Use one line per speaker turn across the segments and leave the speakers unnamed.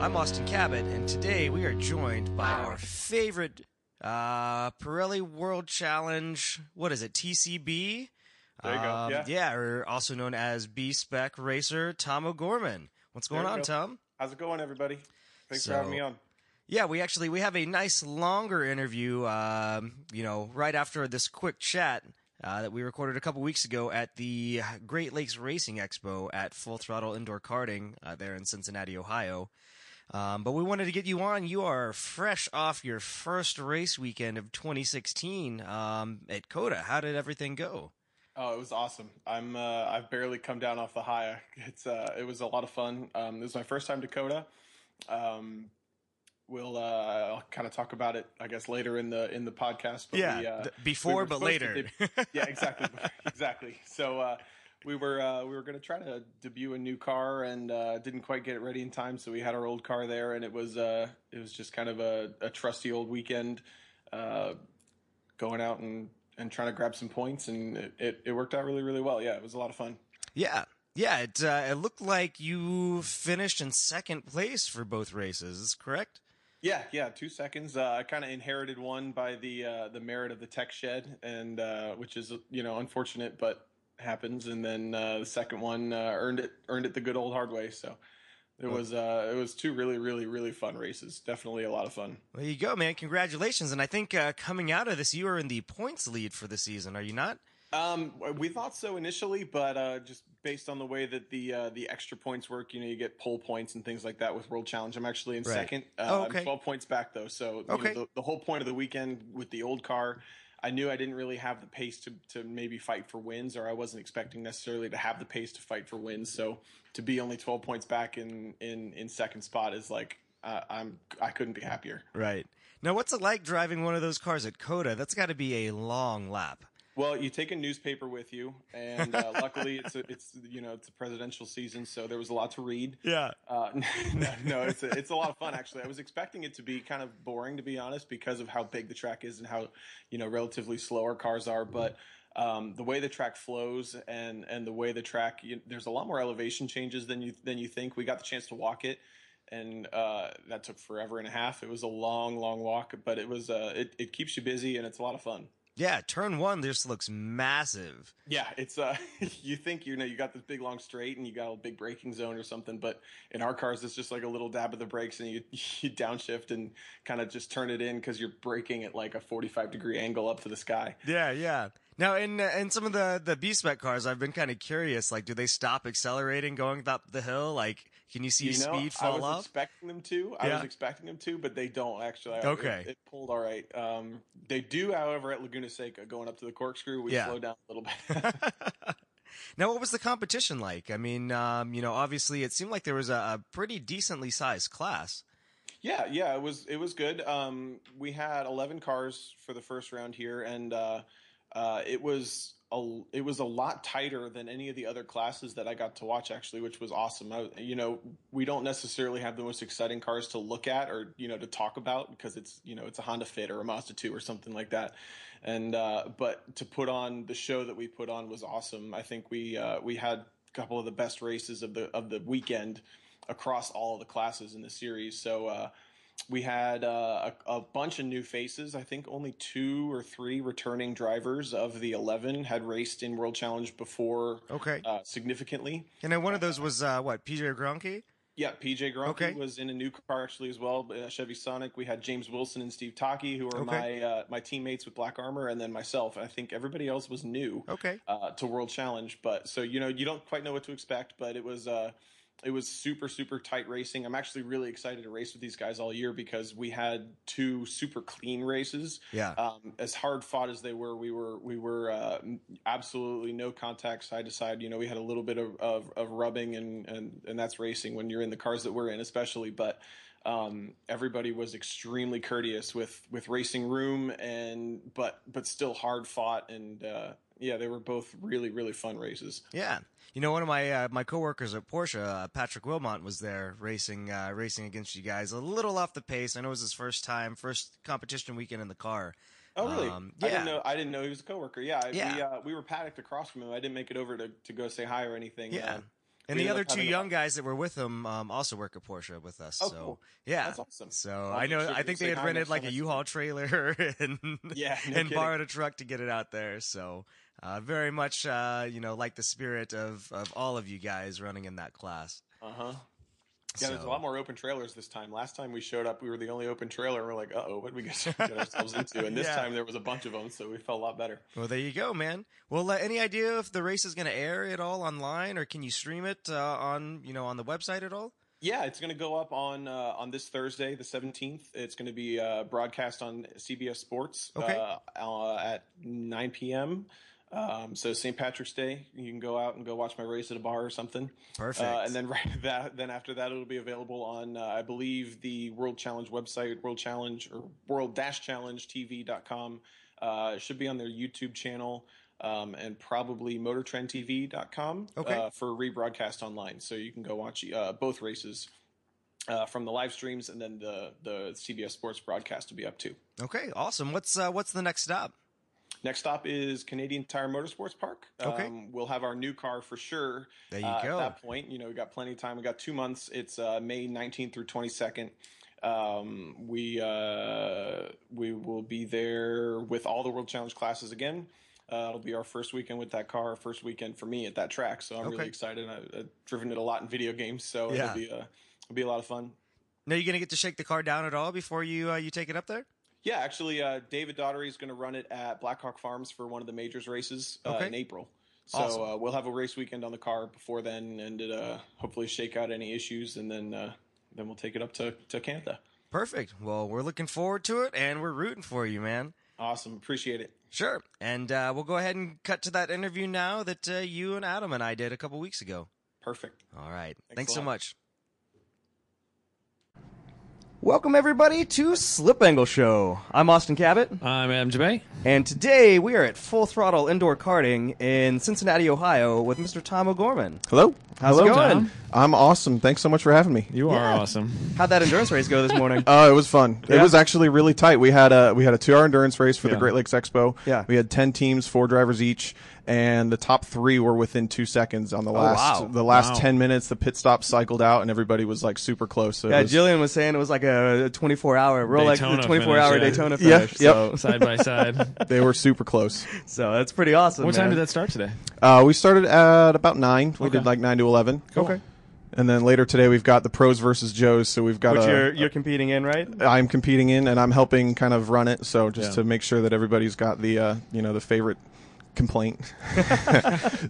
I'm Austin Cabot, and today we are joined by our favorite uh, Pirelli World Challenge. What is it? TCB.
There you go,
Um,
yeah.
or also known as B Spec Racer Tom O'Gorman. What's going
There we
on,
go.
Tom?
How's it going, everybody? Thanks for having
So-
me on.
Yeah, we actually we have a nice longer interview. Um, you know, right after this quick chat uh, that we recorded a couple weeks ago at the Great Lakes Racing Expo at Full Throttle Indoor Karting uh, there in Cincinnati, Ohio. Um, but we wanted to get you on. You are fresh off your first race weekend of 2016 um, at Coda. How did everything go?
Oh, it was awesome. I'm uh, I've barely come down off the high. It's uh, it was a lot of fun. Um, this is my first time Dakota. Um, we'll uh, I'll kind of talk about it, I guess, later in the in the podcast. But we, uh,
th- before
were
but
supposed to
later.
yeah, exactly, exactly. So uh, we were uh, we were going to try to debut a new car and uh, didn't quite get it ready in time, so we had our old car there, and it was uh, it was just kind of a, a trusty old weekend, uh, going out and and trying to grab some points, and it, it, it worked out really really well. Yeah, it was a lot of fun.
Yeah. Yeah, it uh, it looked like you finished in second place for both races, is correct?
Yeah, yeah, two seconds. Uh, I kind of inherited one by the uh, the merit of the tech shed, and uh, which is you know unfortunate, but happens. And then uh, the second one uh, earned it earned it the good old hard way. So it
Well-
was uh, it was two really really really fun races. Definitely a lot of fun.
There you go, man. Congratulations. And I think uh, coming out of this, you are in the points lead for the season, are you not?
Um, we thought so initially, but uh, just based on the way that the uh, the extra points work, you know, you get pole points and things like that with World Challenge. I'm actually in
Right.
second. Uh,
Oh, okay.
I'm 12 points back though, so you know,
Okay.
the, the whole point of the weekend with the old car, I knew I didn't really have the pace to to maybe fight for wins, or I wasn't expecting necessarily to have the pace to fight for wins. So to be only 12 points back in in in second spot is like uh, I'm I couldn't be happier.
Right. Now, what's it like driving one of those cars at Coda? That's got to be a long lap.
Well, you take a newspaper with you, and uh, luckily it's a, it's you know it's a presidential season, so there was a lot to read.
Yeah.
Uh, no, no, it's a, it's a lot of fun actually. I was expecting it to be kind of boring to be honest because of how big the track is and how you know relatively slower cars are, but. Um, the way the track flows and and the way the track you, there's a lot more elevation changes than you than you think. We got the chance to walk it, and uh, that took forever and a half. It was a long, long walk, but it was uh, it it keeps you busy and it's a lot of fun.
Yeah, turn one just looks massive.
Yeah, it's uh, you think you know you got this big long straight and you got a big braking zone or something, but in our cars it's just like a little dab of the brakes and you you downshift and kind of just turn it in because you're braking at like a 45 degree angle up to the sky.
Yeah, yeah. Now, in uh, in some of the the B spec cars, I've been kind of curious. Like, do they stop accelerating going up the hill? Like, can you see
you know,
speed
I
fall
was
off?
expecting them to. I
Yeah.
was expecting them to, but they don't actually. I-
Okay.
it, it pulled all right. Um, they do, however, at Laguna Seca going up to the corkscrew, we
Yeah.
slow down a little bit.
now, what was the competition like? I mean, um, you know, obviously, it seemed like there was a, a pretty decently sized class.
Yeah, yeah, it was it was good. Um, we had eleven cars for the first round here, and uh, uh, it was a it was a lot tighter than any of the other classes that I got to watch actually, which was awesome. I, you know, we don't necessarily have the most exciting cars to look at or you know to talk about because it's you know it's a Honda Fit or a Mazda two or something like that, and uh, but to put on the show that we put on was awesome. I think we uh, we had a couple of the best races of the of the weekend across all of the classes in the series. So uh, we had uh, a, a bunch of new faces. I think only two or three returning drivers of the 11 had raced in World Challenge before
Okay.
uh, significantly.
And then one of those was uh, what PJ Gronke.
Yeah, PJ Grumke
Okay.
was in a new car actually as well, uh, Chevy Sonic. We had James Wilson and Steve Taki, who are
Okay.
my uh, my teammates with Black Armor, and then myself. I think everybody else was new
Okay.
uh, to World Challenge. But so you know, you don't quite know what to expect. But it was uh, it was super super tight racing. I'm actually really excited to race with these guys all year because we had two super clean races.
Yeah.
Um, as hard fought as they were, we were we were uh, absolutely no contact side to side. You know, we had a little bit of, of, of rubbing and, and and that's racing when you're in the cars that we're in, especially. But um, everybody was extremely courteous with with racing room and but but still hard fought and uh, yeah, they were both really really fun races.
Yeah. You know, one of my uh, my coworkers at Porsche, uh, Patrick Wilmont, was there racing uh, racing against you guys. A little off the pace. I know it was his first time, first competition weekend in the car.
Oh really?
Um,
I
yeah.
didn't know. I didn't know he was a coworker. Yeah, I-
Yeah.
We, uh, we were paddocked across from him. I didn't make it over to, to go say hi or anything.
Yeah.
Um,
And
We
the
ended
other
up
two
having a-
young guys that were with him um, also work at Porsche with us.
Oh,
so
cool.
yeah,
That's awesome.
So
I'll
I
make
know.
sure
I
to
think they
say
had
hi
rented
next
like
time
a
I see
U-Haul trailer and
Yeah,
and
no kidding.
borrowed a truck to get it out there. So uh, very much, uh, you know, like the spirit of of all of you guys running in that class.
Uh huh. Yeah, there's a
So-
lot more open trailers this time. Last time we showed up, we were the only open trailer. and We're like, uh oh, what did we get get ourselves into? And this
Yeah.
time there was a bunch of them, so we felt a lot better.
Well, there you go, man. Well, uh, any idea if the race is going to air at all online, or can you stream it uh, on you know on the website at all?
Yeah, it's going to go up on uh, on this Thursday, the seventeenth. It's going to be uh, broadcast on CBS Sports
Okay.
uh, uh, at nine p.m. Um, so St. Patrick's Day, you can go out and go watch my race at a bar or something.
Perfect.
Uh, and then right that, then after that, it'll be available on uh, I believe the World Challenge website, World Challenge or World Dash Challenge TV.com. Uh, it should be on their YouTube channel. Um, and probably motortrendtv.com
Okay.
uh, for rebroadcast online. So you can go watch uh, both races uh, from the live streams, and then the, the CBS Sports broadcast will be up too.
okay, awesome. What's uh, what's the next stop?
Next stop is Canadian Tire Motorsports Park.
Okay.
Um, we'll have our new car for sure
There you
uh,
go.
At that point, you know, we got plenty of time. We got two months. It's uh, May 19th through 22nd. Um, we uh, we will be there with all the World Challenge classes again. Uh, it'll be our first weekend with that car, first weekend for me at that track. So I'm
Okay.
really excited. I, I've driven it a lot in video games, so
Yeah.
it'll be uh, it'll be a lot of fun.
Now you going to get to shake the car down at all before you uh, you take it up there?
Yeah, actually, uh, David Daugherty is going to run it at Blackhawk Farms for one of the majors races uh,
Okay.
in April. So
Awesome.
uh, we'll have a race weekend on the car before then, and it, uh, hopefully shake out any issues, and then uh, then we'll take it up to to Canada.
Perfect. Well, we're looking forward to it, and we're rooting for you, man.
Awesome, appreciate it.
Sure. And uh, we'll go ahead and cut to that interview now that uh, you and Adam and I did a couple weeks ago.
Perfect.
All right. Thanks,
Thanks a
so
lot.
much. Welcome, everybody, to Slip Angle Show. I'm Austin Cabot,
I'm Adam Jabay.
and today we are at Full Throttle Indoor Karting in Cincinnati, Ohio, with Mr. Tom O'Gorman.
Hello.
How's it
Hello,
going?
Tom.
I'm awesome. Thanks so much for having me.
You
Yeah.
are awesome.
How'd that endurance race go this morning?
Uh, it was fun. It
Yeah.
was actually really tight. We had a we had a two hour endurance race for the
Yeah.
Great Lakes Expo.
Yeah.
we had ten teams, four drivers each, and the top three were within two seconds on the last
Oh, wow.
the last
Wow.
ten minutes. The pit stop cycled out, and everybody was like super close. So it
yeah,
was-
Jillian was saying it was like a 24 hour Rolex,
Daytona
24 hour
finish, yeah.
Daytona
Yeah,
finish.
yep.
So,
Side by side.
they were super close.
so that's pretty awesome.
What time
man.
did that start today?
Uh, we started at about nine. We did
Okay.
like nine to eleven.
Okay.
And then later today we've got the pros versus Joes. So we've got
Which
a,
you're, you're competing in, right?
I'm competing in, and I'm helping kind of run it. So just
Yeah.
to make sure that everybody's got the uh, you know the favorite complaint.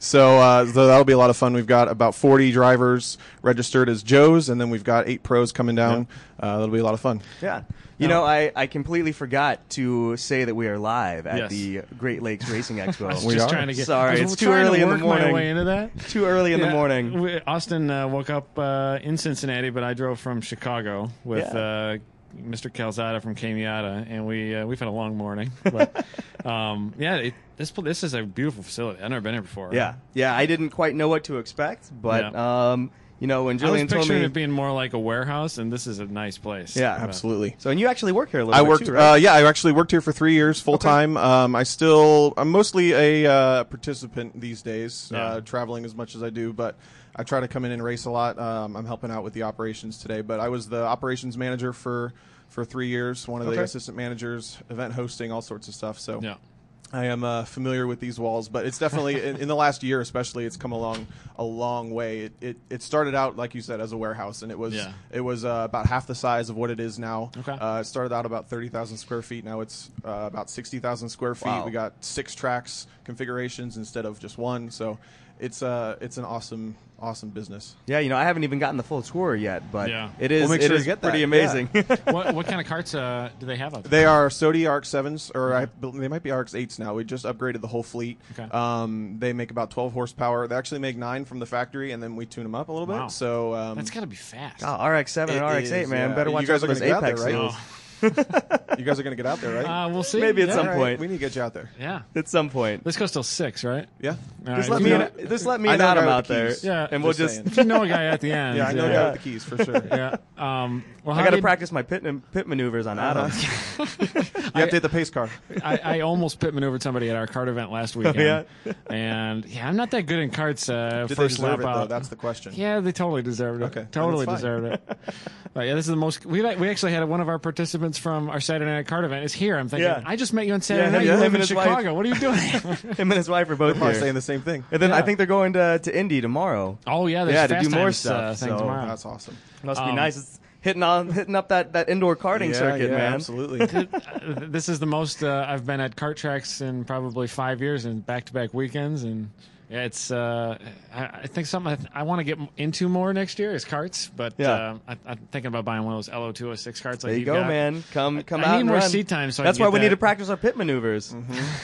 so uh, so that'll be a lot of fun. We've got about 40 drivers registered as Joes, and then we've got eight pros coming down. Uh, that'll be a lot of fun.
Yeah. You know, I, I completely forgot to say that we are live at
Yes.
the Great Lakes Racing Expo.
We
Just
are.
trying to get.
Sorry,
I was
it's too
trying to
early in the
work
morning.
My way into that.
Too early in the
Yeah,
morning.
we- Austin uh, woke up uh, in Cincinnati, but I drove from Chicago with
Yeah.
uh, Mr. Calzada from Camiata, and we uh, we've had a long morning. But um, yeah, it, this pl- this is a beautiful facility. I've never been here before.
Yeah. Yeah, I didn't quite know what to expect, but, um, you know, when
I was
Jillian told
picturing
me.
it being more like a warehouse, and this is a nice place.
Yeah.
But-
Absolutely.
so, and you actually work here a little
I
bit.
worked.
too, right?
uh, yeah, I actually worked here for three years full time. Um, I still, I'm mostly a uh, participant these days,
Yeah.
uh, traveling as much as I do, but I try to come in and race a lot. Um, I'm helping out with the operations today, but I was the operations manager for for three years, one of
Okay.
the assistant managers, event hosting, all sorts of stuff. So
Yeah.
I am uh, familiar with these walls, but it's definitely in, in the last year, especially, it's come along a long way. It, it it started out like you said as a warehouse, and it was
Yeah.
it was uh, about half the size of what it is now.
Okay.
Uh, it started out about thirty thousand square feet. Now it's uh, about sixty thousand square feet.
Wow.
We got six tracks configurations instead of just one. So it's uh it's an awesome awesome business.
Yeah, you know, I haven't even gotten the full tour yet, but
Yeah.
it is-
We'll make
it
sure
is
to get
pretty
that,
amazing.
what what kind of carts uh, do they have out there?
They are Sodi RX sevens, or I, bel- they might be RX eights now. We just upgraded the whole fleet.
Mm-hmm. Okay.
Um, they make about twelve horsepower. They actually make nine from the factory, and then we tune them up a little
Wow.
bit. So um,
That's got to be fast.
Oh, RX7 and
It
RX8,
is,
man.
yeah.
Better
You
watch
guys
out for
are
those
gonna get out
apex
there, right?
seals.
Oh.
You guys are going to get out there, right?
Uh, we'll see.
Maybe at
yeah.
some
All
point.
We need to get you out there.
Yeah.
At some point.
Let's go till six, right?
Yeah.
All right.
Just let
Me
me
and,
know-
just let me
I
and
know a
Adam
guy with
out
the
there.
keys.
Yeah.
And we'll
Just
just.
If you know a guy at the end.
Yeah, I know
Yeah.
you have the keys for sure.
Yeah. Um, well,
I
how
got to
did-
practice my pit, pit maneuvers on
Uh-huh.
Adam.
You have to hit the pace car.
I, I almost pit maneuvered somebody at our card event last weekend.
Oh, yeah?
And yeah, I'm not that good in carts. Uh,
Did they
first
deserve
lap
it
out.
though? That's the question.
Yeah, they totally deserved it.
Okay, then
totally
it's fine.
deserved it. But yeah, this is the most. We we actually had one of our participants from our Saturday night card event is here. I'm thinking,
Yeah.
I just met you on Saturday
Yeah,
night.
yeah.
You
Him
live in
and his wife.
Chicago. What are you doing?
Him and his wife are both
Probably
here.
saying the same thing.
And then I
Yeah.
think they're going to, to Indy tomorrow.
oh yeah, there's
Yeah, to
fast
do more
times, uh,
stuff,
thing
so
tomorrow.
Oh, That's awesome.
Must be
Um,
nice. It's hitting on hitting up that, that indoor karting
Yeah,
circuit,
yeah,
man.
Absolutely.
Uh, this is the most uh, I've been at cart tracks in probably five years and back to back weekends. And yeah, it's, uh, I, I think something I, th- I want to get m- into more next year is carts. But
Yeah.
uh, I, I'm thinking about buying one of those LO206 carts. oh Like
There you
you've
go,
got.
man. Come come
I
out
need
and
more
run.
seat time so I
That's
can
why
get
we need to
that- Mm-hmm.
practice our pit maneuvers.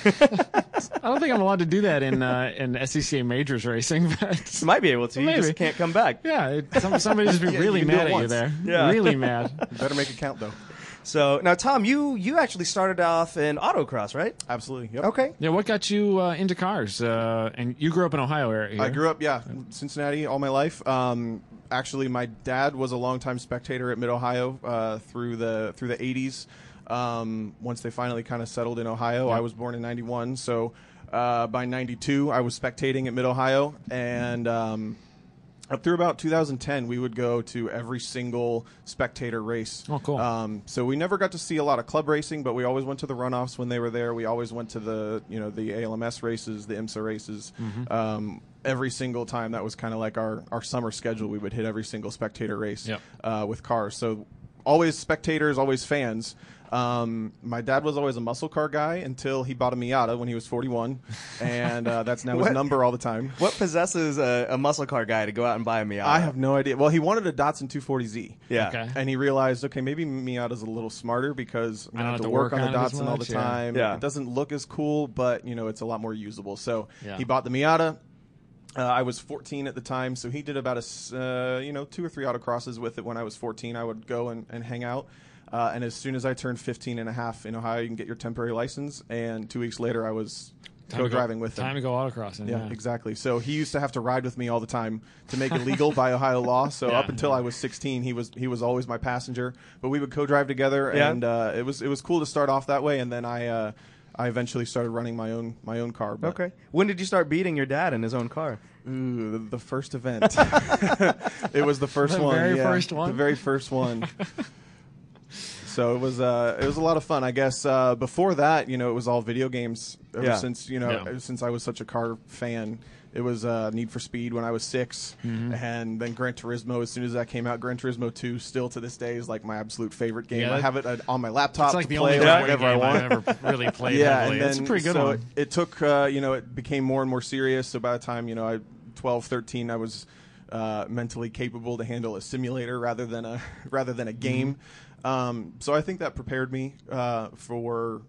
I don't think I'm allowed to do that in uh, in SCCA majors racing. But
You might be able to. you
maybe.
just can't come back.
yeah, it, some, somebody just be
Yeah, you
really
can do it
mad at you
once.
there.
Yeah.
Really mad.
Better make it count though.
So now, Tom, you you actually started off in autocross, right?
Absolutely. Yep.
Okay.
Yeah, what got you uh, into cars? Uh, and you grew up in Ohio area. here.
I grew up, yeah, Cincinnati all my life. Um, actually, my dad was a longtime spectator at Mid Ohio uh, through the through the '80s. Um, once they finally kind of settled in Ohio, I was born in '91, so uh, by '92 I was spectating at Mid Ohio, and um, up through about 2010, we would go to every single spectator race.
Oh, cool.
Um, so we never got to see a lot of club racing, but we always went to the runoffs when they were there. We always went to the you know the ALMS races, the IMSA races. Um, every single time, that was kind of like our our summer schedule. We would hit every single spectator race
Yep.
uh, with cars. So always spectators, always fans. Um, my dad was always a muscle car guy until he bought a Miata when he was 41, and uh, that's now his
What?
number all the time.
What possesses a, a muscle car guy to go out and buy a Miata?
I have no idea. Well, he wanted a Datsun 240Z.
uh, Yeah.
Okay.
And he realized, okay, maybe Miata's a little smarter because
I
I'm gonna
don't
have to work, on the
it as
Datsun all the
much, yeah.
time.
Yeah.
It doesn't look as cool, but you know, it's a lot more usable. So
Yeah.
he bought the Miata. Uh, I was 14 at the time, so he did about a s- uh, you know two or three autocrosses with it when I was 14. I would go and, and hang out. Uh, and as soon as I turned 15 and a half in Ohio, you can get your temporary license. And two weeks later, I was
Time to
co-driving with him.
Time to go autocrossing.
Yeah, exactly. So he used to have to ride with me all the time to make it legal by Ohio law. So up until I was 16, he was he was always my passenger. But we would co-drive together,
Yeah.
and uh, it was it was cool to start off that way. And then I uh, I eventually started running my own my own car. But
Okay. When did you start beating your dad in his own car?
Ooh, the, the first event. it was the first
The
one.
very
yeah.
first one?
The very first one. so it was uh, it was a lot of fun. I guess uh, before that, you know, it was all video games. Ever
Yeah.
Since you know,
Yeah.
ever since I was such a car fan, it was uh, Need for Speed when I was 6
Mm-hmm.
and then Gran Turismo. As soon as that came out, Gran Turismo Two, still to this day, is like my absolute favorite game.
Yeah,
I
that-
have it uh, on my laptop
It's like
to
the
play
only
or
driving
whatever I
game
want.
I've ever really played
yeah,
heavily.
and then
it's a pretty good
so
one.
It, it took uh, you know it became more and more serious. So by the time you know I 12, 13, I was uh, mentally capable to handle a simulator rather than a rather than a
Mm-hmm.
game. Um, so I think that prepared me uh, for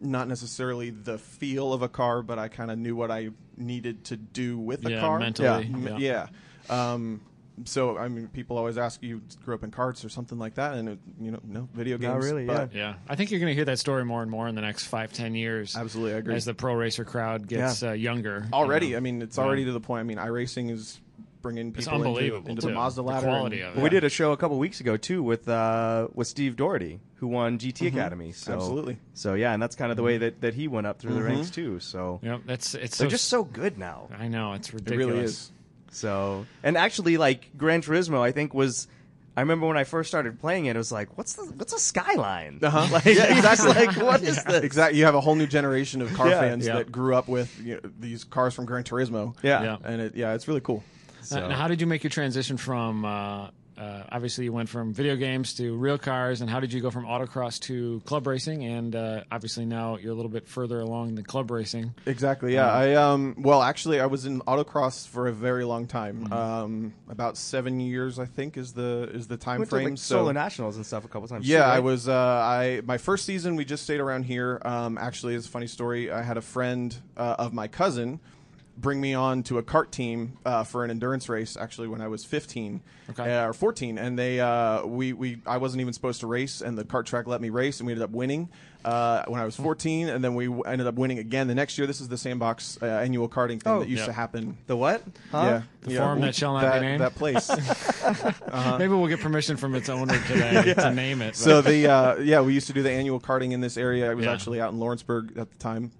not necessarily the feel of a car, but I kind of knew what I needed to do with a
Yeah,
car
mentally,
M- yeah. Um, so I mean, people always ask you grew up in carts or something like that, and it, you know, no video games.
really,
but
yeah.
Yeah, I think you're going to hear that story more and more in the next five, ten years.
Absolutely, I agree.
As the pro racer crowd gets
Yeah.
uh, younger,
already.
you know.
I mean, it's already to the point. I mean, iRacing is bringing people
it's unbelievable.
into, into the
too.
Mazda ladder.
quality
and-
of it.
We did a show a couple weeks ago too with uh, with Steve Doherty, who won GT
Mm-hmm.
Academy. So,
Absolutely.
So yeah, and that's kind of the way that, that he went up through the ranks too. So
Yep, that's it's Mm-hmm. so,
they're just so good now.
I know it's
It
ridiculous.
really is.
So and actually, like Gran Turismo, I think was. I remember when I first started playing it, it was like, "What's the what's a skyline?"
Uh-huh.
Like,
Yeah,
exactly. like, what is this?
Exactly. You have a whole new generation of car
Yeah.
fans
Yeah.
that grew up with you know, these cars from Gran Turismo.
Yeah.
Yeah.
And it, yeah, it's really cool.
Uh, now, how did you make your transition from? Uh, uh, obviously, you went from video games to real cars, and how did you go from autocross to club racing? And uh, obviously, now you're a little bit further along than club racing.
Exactly. Yeah. I um. Well, actually, I was in autocross for a very long time.
Mm-hmm.
Um, about seven years, I think, is the is the time
Went to,
frame.
like, solo nationals and stuff a couple times.
Yeah,
too, right?
I was. Uh, I my first season, we just stayed around here. Um, actually, it's a funny story. I had a friend uh, of my cousin bring me on to a kart team uh, for an endurance race. Actually, when I was 15
Okay.
uh, or 14, and they uh, we we I wasn't even supposed to race, and the kart track let me race, and we ended up winning uh, when I was 14, and then we w- ended up winning again the next year. This is the sandbox uh, annual karting thing that used
Yeah.
to happen.
The what? Huh?
Yeah,
The
yeah.
forum
Ooh,
that shall not be named?
That place.
Maybe we'll get permission from its owner today to name it.
Uh-huh. so
but-
the uh, yeah, we used to do the annual karting in this area. I was
Yeah.
actually out in Lawrenceburg at the time.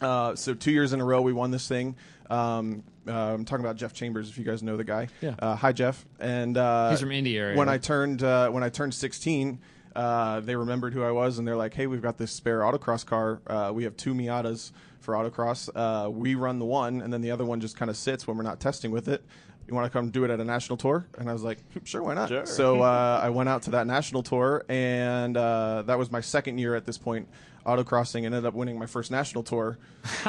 Uh, so two years in a row, we won this thing. Um, uh, I'm talking about Jeff Chambers, if you guys know the guy.
Yeah.
Uh, hi, Jeff. And uh,
He's from India area.
When I turned uh, when I turned 16. Uh, they remembered who I was, and they're like, "Hey, we've got this spare autocross car. Uh, we have two Miatas for autocross. Uh, we run the one, and then the other one just kind of sits when we're not testing with it. You want to come do it at a national tour?" And I was like, "Hm, "Sure, why not?"
Sure.
So so uh, I went out to that national tour, and uh, that was my second year at this point autocrossing. Ended up winning my first national tour,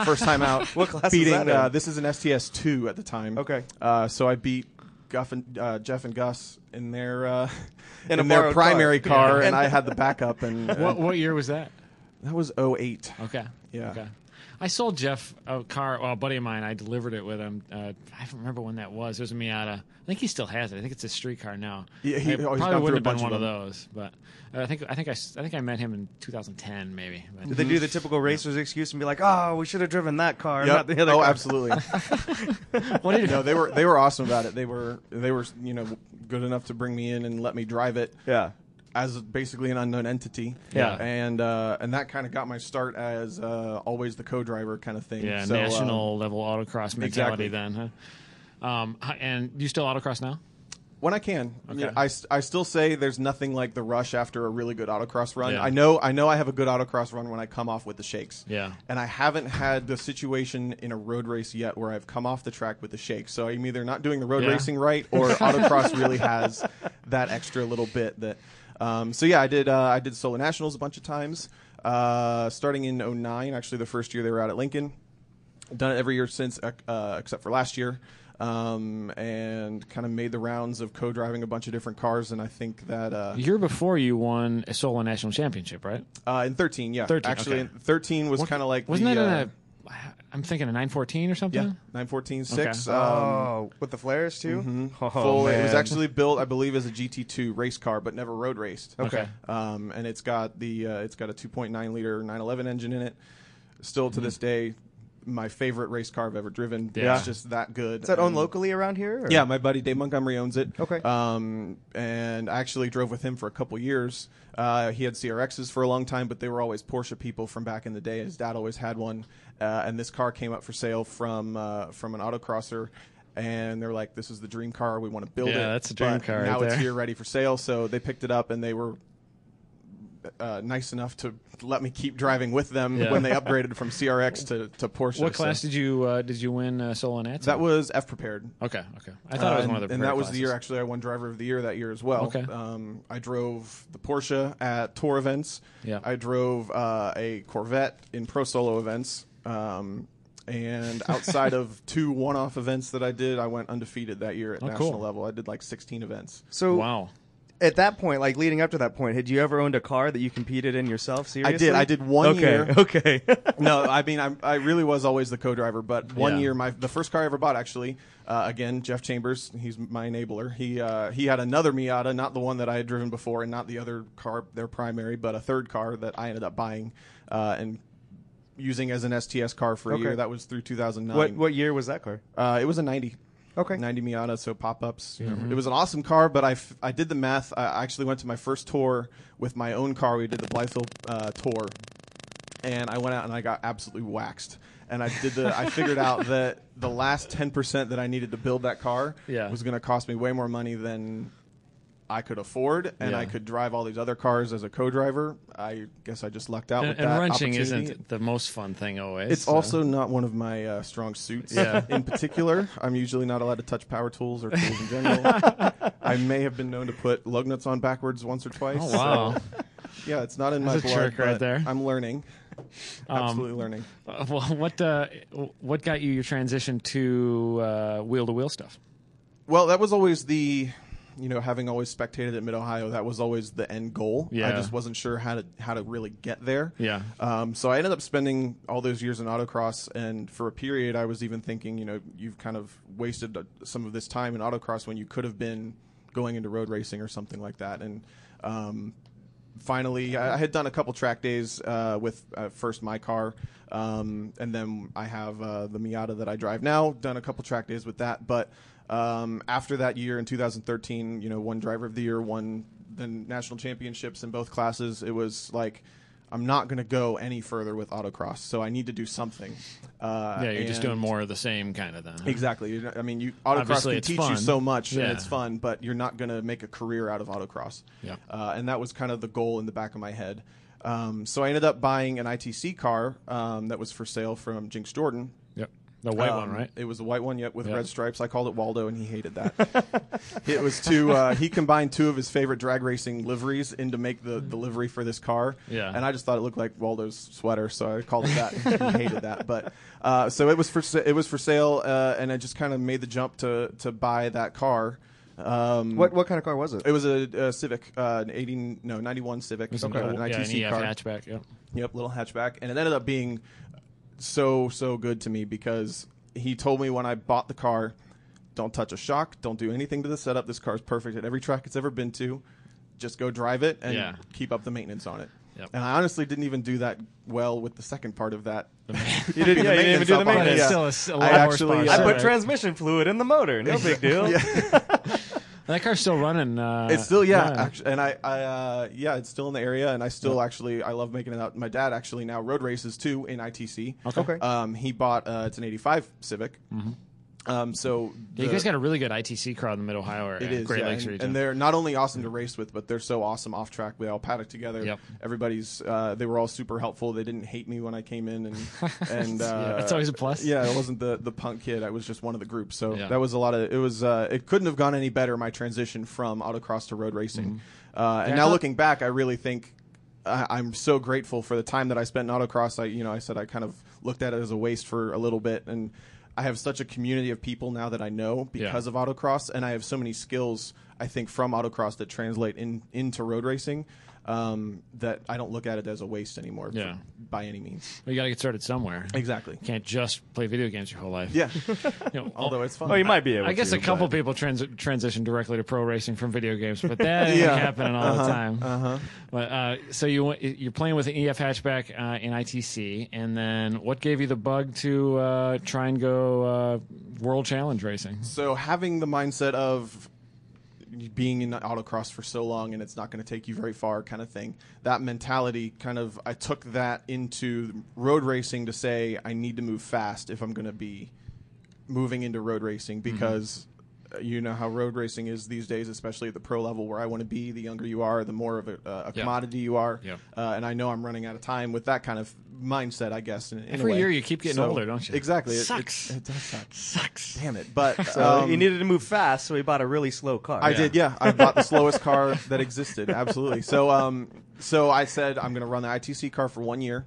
first time out.
What class was
beating,
that in?
Uh, this is an STS two at the time.
Okay.
uh, so I beat Guff and uh, Jeff and Gus in their uh,
In
in,
a
their
borrowed car.
primary car,
Yeah.
and I had the backup, and uh,
what, what year was that?
that was 08.
Okay.
Yeah.
Okay. I sold Jeff a car. Well, a buddy of mine, I delivered it with him. Uh, I don't remember when that was. It was a Miata. I think he still has it. I think it's a street car now.
Yeah, he-
I
oh,
probably
he's gone through
wouldn't
a
have been
bunch
one
of
of those, but uh, I think I think I, s- I think I met him in 2010 maybe. But,
Did they do the typical racer's excuse and be like, "Oh, we should have driven that car,
Yep.
not the other
oh,
car."
absolutely.
What did-
no, they were they were awesome about it. They were they were you know good enough to bring me in and let me drive it.
Yeah.
as basically an unknown entity.
Yeah.
and uh, and that kind of got my start as uh, always the co-driver kind of thing.
yeah,
So, uh,
national level autocross mentality
Exactly.
then. Huh? Um, h- and you still autocross now?
when I can,
Okay.
I, st- I still say there's nothing like the rush after a really good autocross run.
Yeah.
I know I know I have a good autocross run when I come off with the shakes.
Yeah.
and I haven't had the situation in a road race yet where I've come off the track with the shakes. So I'm either not doing the road
Yeah.
racing right or autocross really has that extra little bit that. Um, so yeah, I did. Uh, I did solo nationals a bunch of times, uh, starting in 09, Actually, the first year they were out at Lincoln. done it every year since, uh, uh, except for last year, um, and kind of made the rounds of co-driving a bunch of different cars. And I think that uh,
The year before you won a solo national championship, right?
uh, in 13, yeah,
13,
actually,
okay.
in 13 was kind of like
Wasn't
the,
that
uh,
in a? I'm thinking a 914 or something.
yeah 914 6.
Okay.
Um,
Oh, with the flares too. Oh,
full. It was
man.
actually built, I believe, as a GT2 race car, but never road raced.
Okay.
Um, and it's got the uh, it's got a 2.9 liter 911 engine in it. Still to this day, my favorite race car I've ever driven.
Mm-hmm. Yeah.
It's just that good.
Is that owned
And-
locally around here? or-
Yeah, my buddy Dave Montgomery owns it.
Okay.
Um, and I actually drove with him for a couple years. Uh, he had CRXs for a long time, but they were always Porsche people from back in the day. His dad always had one, uh, and this car came up for sale from uh, from an autocrosser. And they're like, "This is the dream car. We want to build it."
Yeah, that's a dream
but
car right
Now it's
there.
here, ready for sale. So they picked it up, and they were uh, nice enough to let me keep driving with them
Yeah.
when they upgraded from CRX to, to Porsche.
What class
So
did you uh, did you win uh, solo nats?
that was F prepared.
okay. Okay, I thought it was
Uh,
one of
and-
the
and
prepared
that was the year
classes.
actually I won driver of the year that year as well.
Okay.
Um, I drove the Porsche at tour events.
Yeah.
I drove uh, a Corvette in pro solo events. Um, and outside of two one-off events that I did, I went undefeated that year at
Oh, cool.
national level. I did like 16 events.
So
Wow.
at that point, like leading up to that point, had you ever owned a car that you competed in yourself? Seriously,
I did one
okay,
year.
Okay,
no, I mean, I'm, I really was always the co-driver. But one
Yeah.
year, my the first car I ever bought, actually, uh, again, Jeff Chambers, he's my enabler. He uh, he had another Miata, not the one that I had driven before, and not the other car, their primary, but a third car that I ended up buying uh, and using as an STS car for a
Okay.
year. That was through 2009.
what what year was that car?
Uh, it was a 90.
Okay.
90 Miata, so pop ups.
Mm-hmm.
It was an awesome car, but I, f- I did the math. I actually went to my first tour with my own car. We did the Blytheville uh, tour, and I went out and I got absolutely waxed. And I did the. I figured out that the last 10% that I needed to build that car
Yeah.
was going to cost me way more money than I could afford, and
Yeah.
I could drive all these other cars as a co-driver. I guess I just lucked out
And,
with that.
wrenching
opportunity.
isn't the most fun thing always.
It's also not one of my uh, strong suits.
Yeah.
In particular, I'm usually not allowed to touch power tools or tools in general. I may have been known to put lug nuts on backwards once or twice.
Oh, wow.
So, yeah, it's not in
That's
my
a
blood.
trick right
but
there. Um,
I'm learning. Absolutely learning.
Uh, well, what uh, what got you your transition to wheel to wheel uh, stuff?
Well, that was always the you know, having always spectated at Mid Ohio, that was always the end goal. I
Yeah.
just wasn't sure how to how to really get there.
Yeah.
Um, so I ended up spending all those years in autocross, and for a period, I was even thinking, you know, you've kind of wasted uh, some of this time in autocross when you could have been going into road racing or something like that. And um, finally, I, I had done a couple track days uh, with uh, first my car, um, and then I have uh, the Miata that I drive now. Done a couple track days with that, but um, after that year in 2013, you know, one driver of the year, won the national championships in both classes. It was like. I'm not going to go any further with autocross, so I need to do something. Uh,
Yeah, you're just doing
and-
more of the same kind of then. huh?
Exactly. You're not- I mean, you autocross
Uh-huh. Obviously,
can
it's
teach you
fun.
so much,
Yeah.
and it's fun, but you're not going to make a career out of autocross.
Yeah.
Uh, and that was kind of the goal in the back of my head. Um, so I ended up buying an ITC car um, that was for sale from Jinx Jordan.
Yep. The white one,
Um,
right?
It was the white one, yep, with
Yeah.
red stripes. I called it Waldo, and he hated that. it was two. Uh, he combined two of his favorite drag racing liveries into make the, the livery for this car.
Yeah.
and I just thought it looked like Waldo's sweater, so I called it that. he hated that, but uh, so it was for sa- it was for sale, uh, and I just kind of made the jump to to buy that car. Um,
What what kind of car was it?
It was a, a Civic, uh, an eighty no ninety one Civic,
Some
uh,
kind of-
an
yeah, an
ITC
EF
car.
hatchback. Yep.
Yep, little hatchback, and it ended up being so so good to me because he told me when I bought the car, don't touch a shock, don't do anything to the setup. This car's perfect at every track it's ever been to. Just go drive it and
Yeah.
keep up the maintenance on it.
Yep.
And I honestly didn't even do that well with the second part of that.
You didn't,
the
yeah, you didn't even do the
up on it.
maintenance.
Yeah.
Still a s- a
I
lot more
actually,
responsibility.
uh,
I put
Right.
transmission fluid in the motor. No big deal.
And that car's still running. Uh,
It's still yeah, actu- and I, I uh, yeah, it's still in the area, and I still actually I love making it out. My dad actually now road races too in ITC.
Okay. Okay.
Um, he bought uh, it's an '85 Civic. Um, so
Yeah, you
the-
guys got a really good ITC crowd in the Mid Ohio area,
it is
Great
yeah,
Lakes
and,
region.
and they're not only awesome to race with, but they're so awesome off track. We all paddock together.
Yep.
Everybody's uh, they were all super helpful. They didn't hate me when I came in, and and uh,
Yeah, that's always a plus.
Yeah, I wasn't the the punk kid. I was just one of the group. So
Yeah.
that was a lot of it was. Uh, it couldn't have gone any better. My transition from autocross to road racing, uh, and
Mm-hmm. I
now
thought-
looking back, I really think. I- I'm so grateful for the time that I spent in autocross. I, you know, I said I kind of looked at it as a waste for a little bit, and I have such a community of people now that I know because of autocross, and I have so many skills I think from autocross that translate in into road racing um, that I don't look at it as a waste anymore.
Yeah.
by any means.
Well, you got to get started somewhere.
Exactly.
You can't just play video games your whole life.
Yeah.
You know,
Although it's fun.
Oh, you might be able
I guess
to,
a couple
but-
people trans- transition directly to pro racing from video games, but that ain't
Yeah.
happening all the time. Uh-huh. But uh, so you went- you're playing with an EF hatchback uh, in ITC, and then what gave you the bug to uh, try and go uh, World Challenge racing?
So having the mindset of being in autocross for so long and it's not going to take you very far kind of thing that mentality kind of i took that into road racing to say i need to move fast if i'm going to be moving into road racing
Mm-hmm.
because uh you know how road racing is these days especially at the pro level where i want to be the younger you are the more of a, uh, a
Yeah.
commodity you are
Yeah.
uh, and i know i'm running out of time with that kind of mindset i guess in, in a
Every
way.
year you keep getting older, don't you?
exactly It- it-
Sucks.
it, does suck
Sucks.
damn it but
So
um,
uh, he needed to move fast, so he bought a really slow car.
I did, yeah. I bought the slowest car that existed. Absolutely. So, um, so I said I'm going to run the ITC car for one year.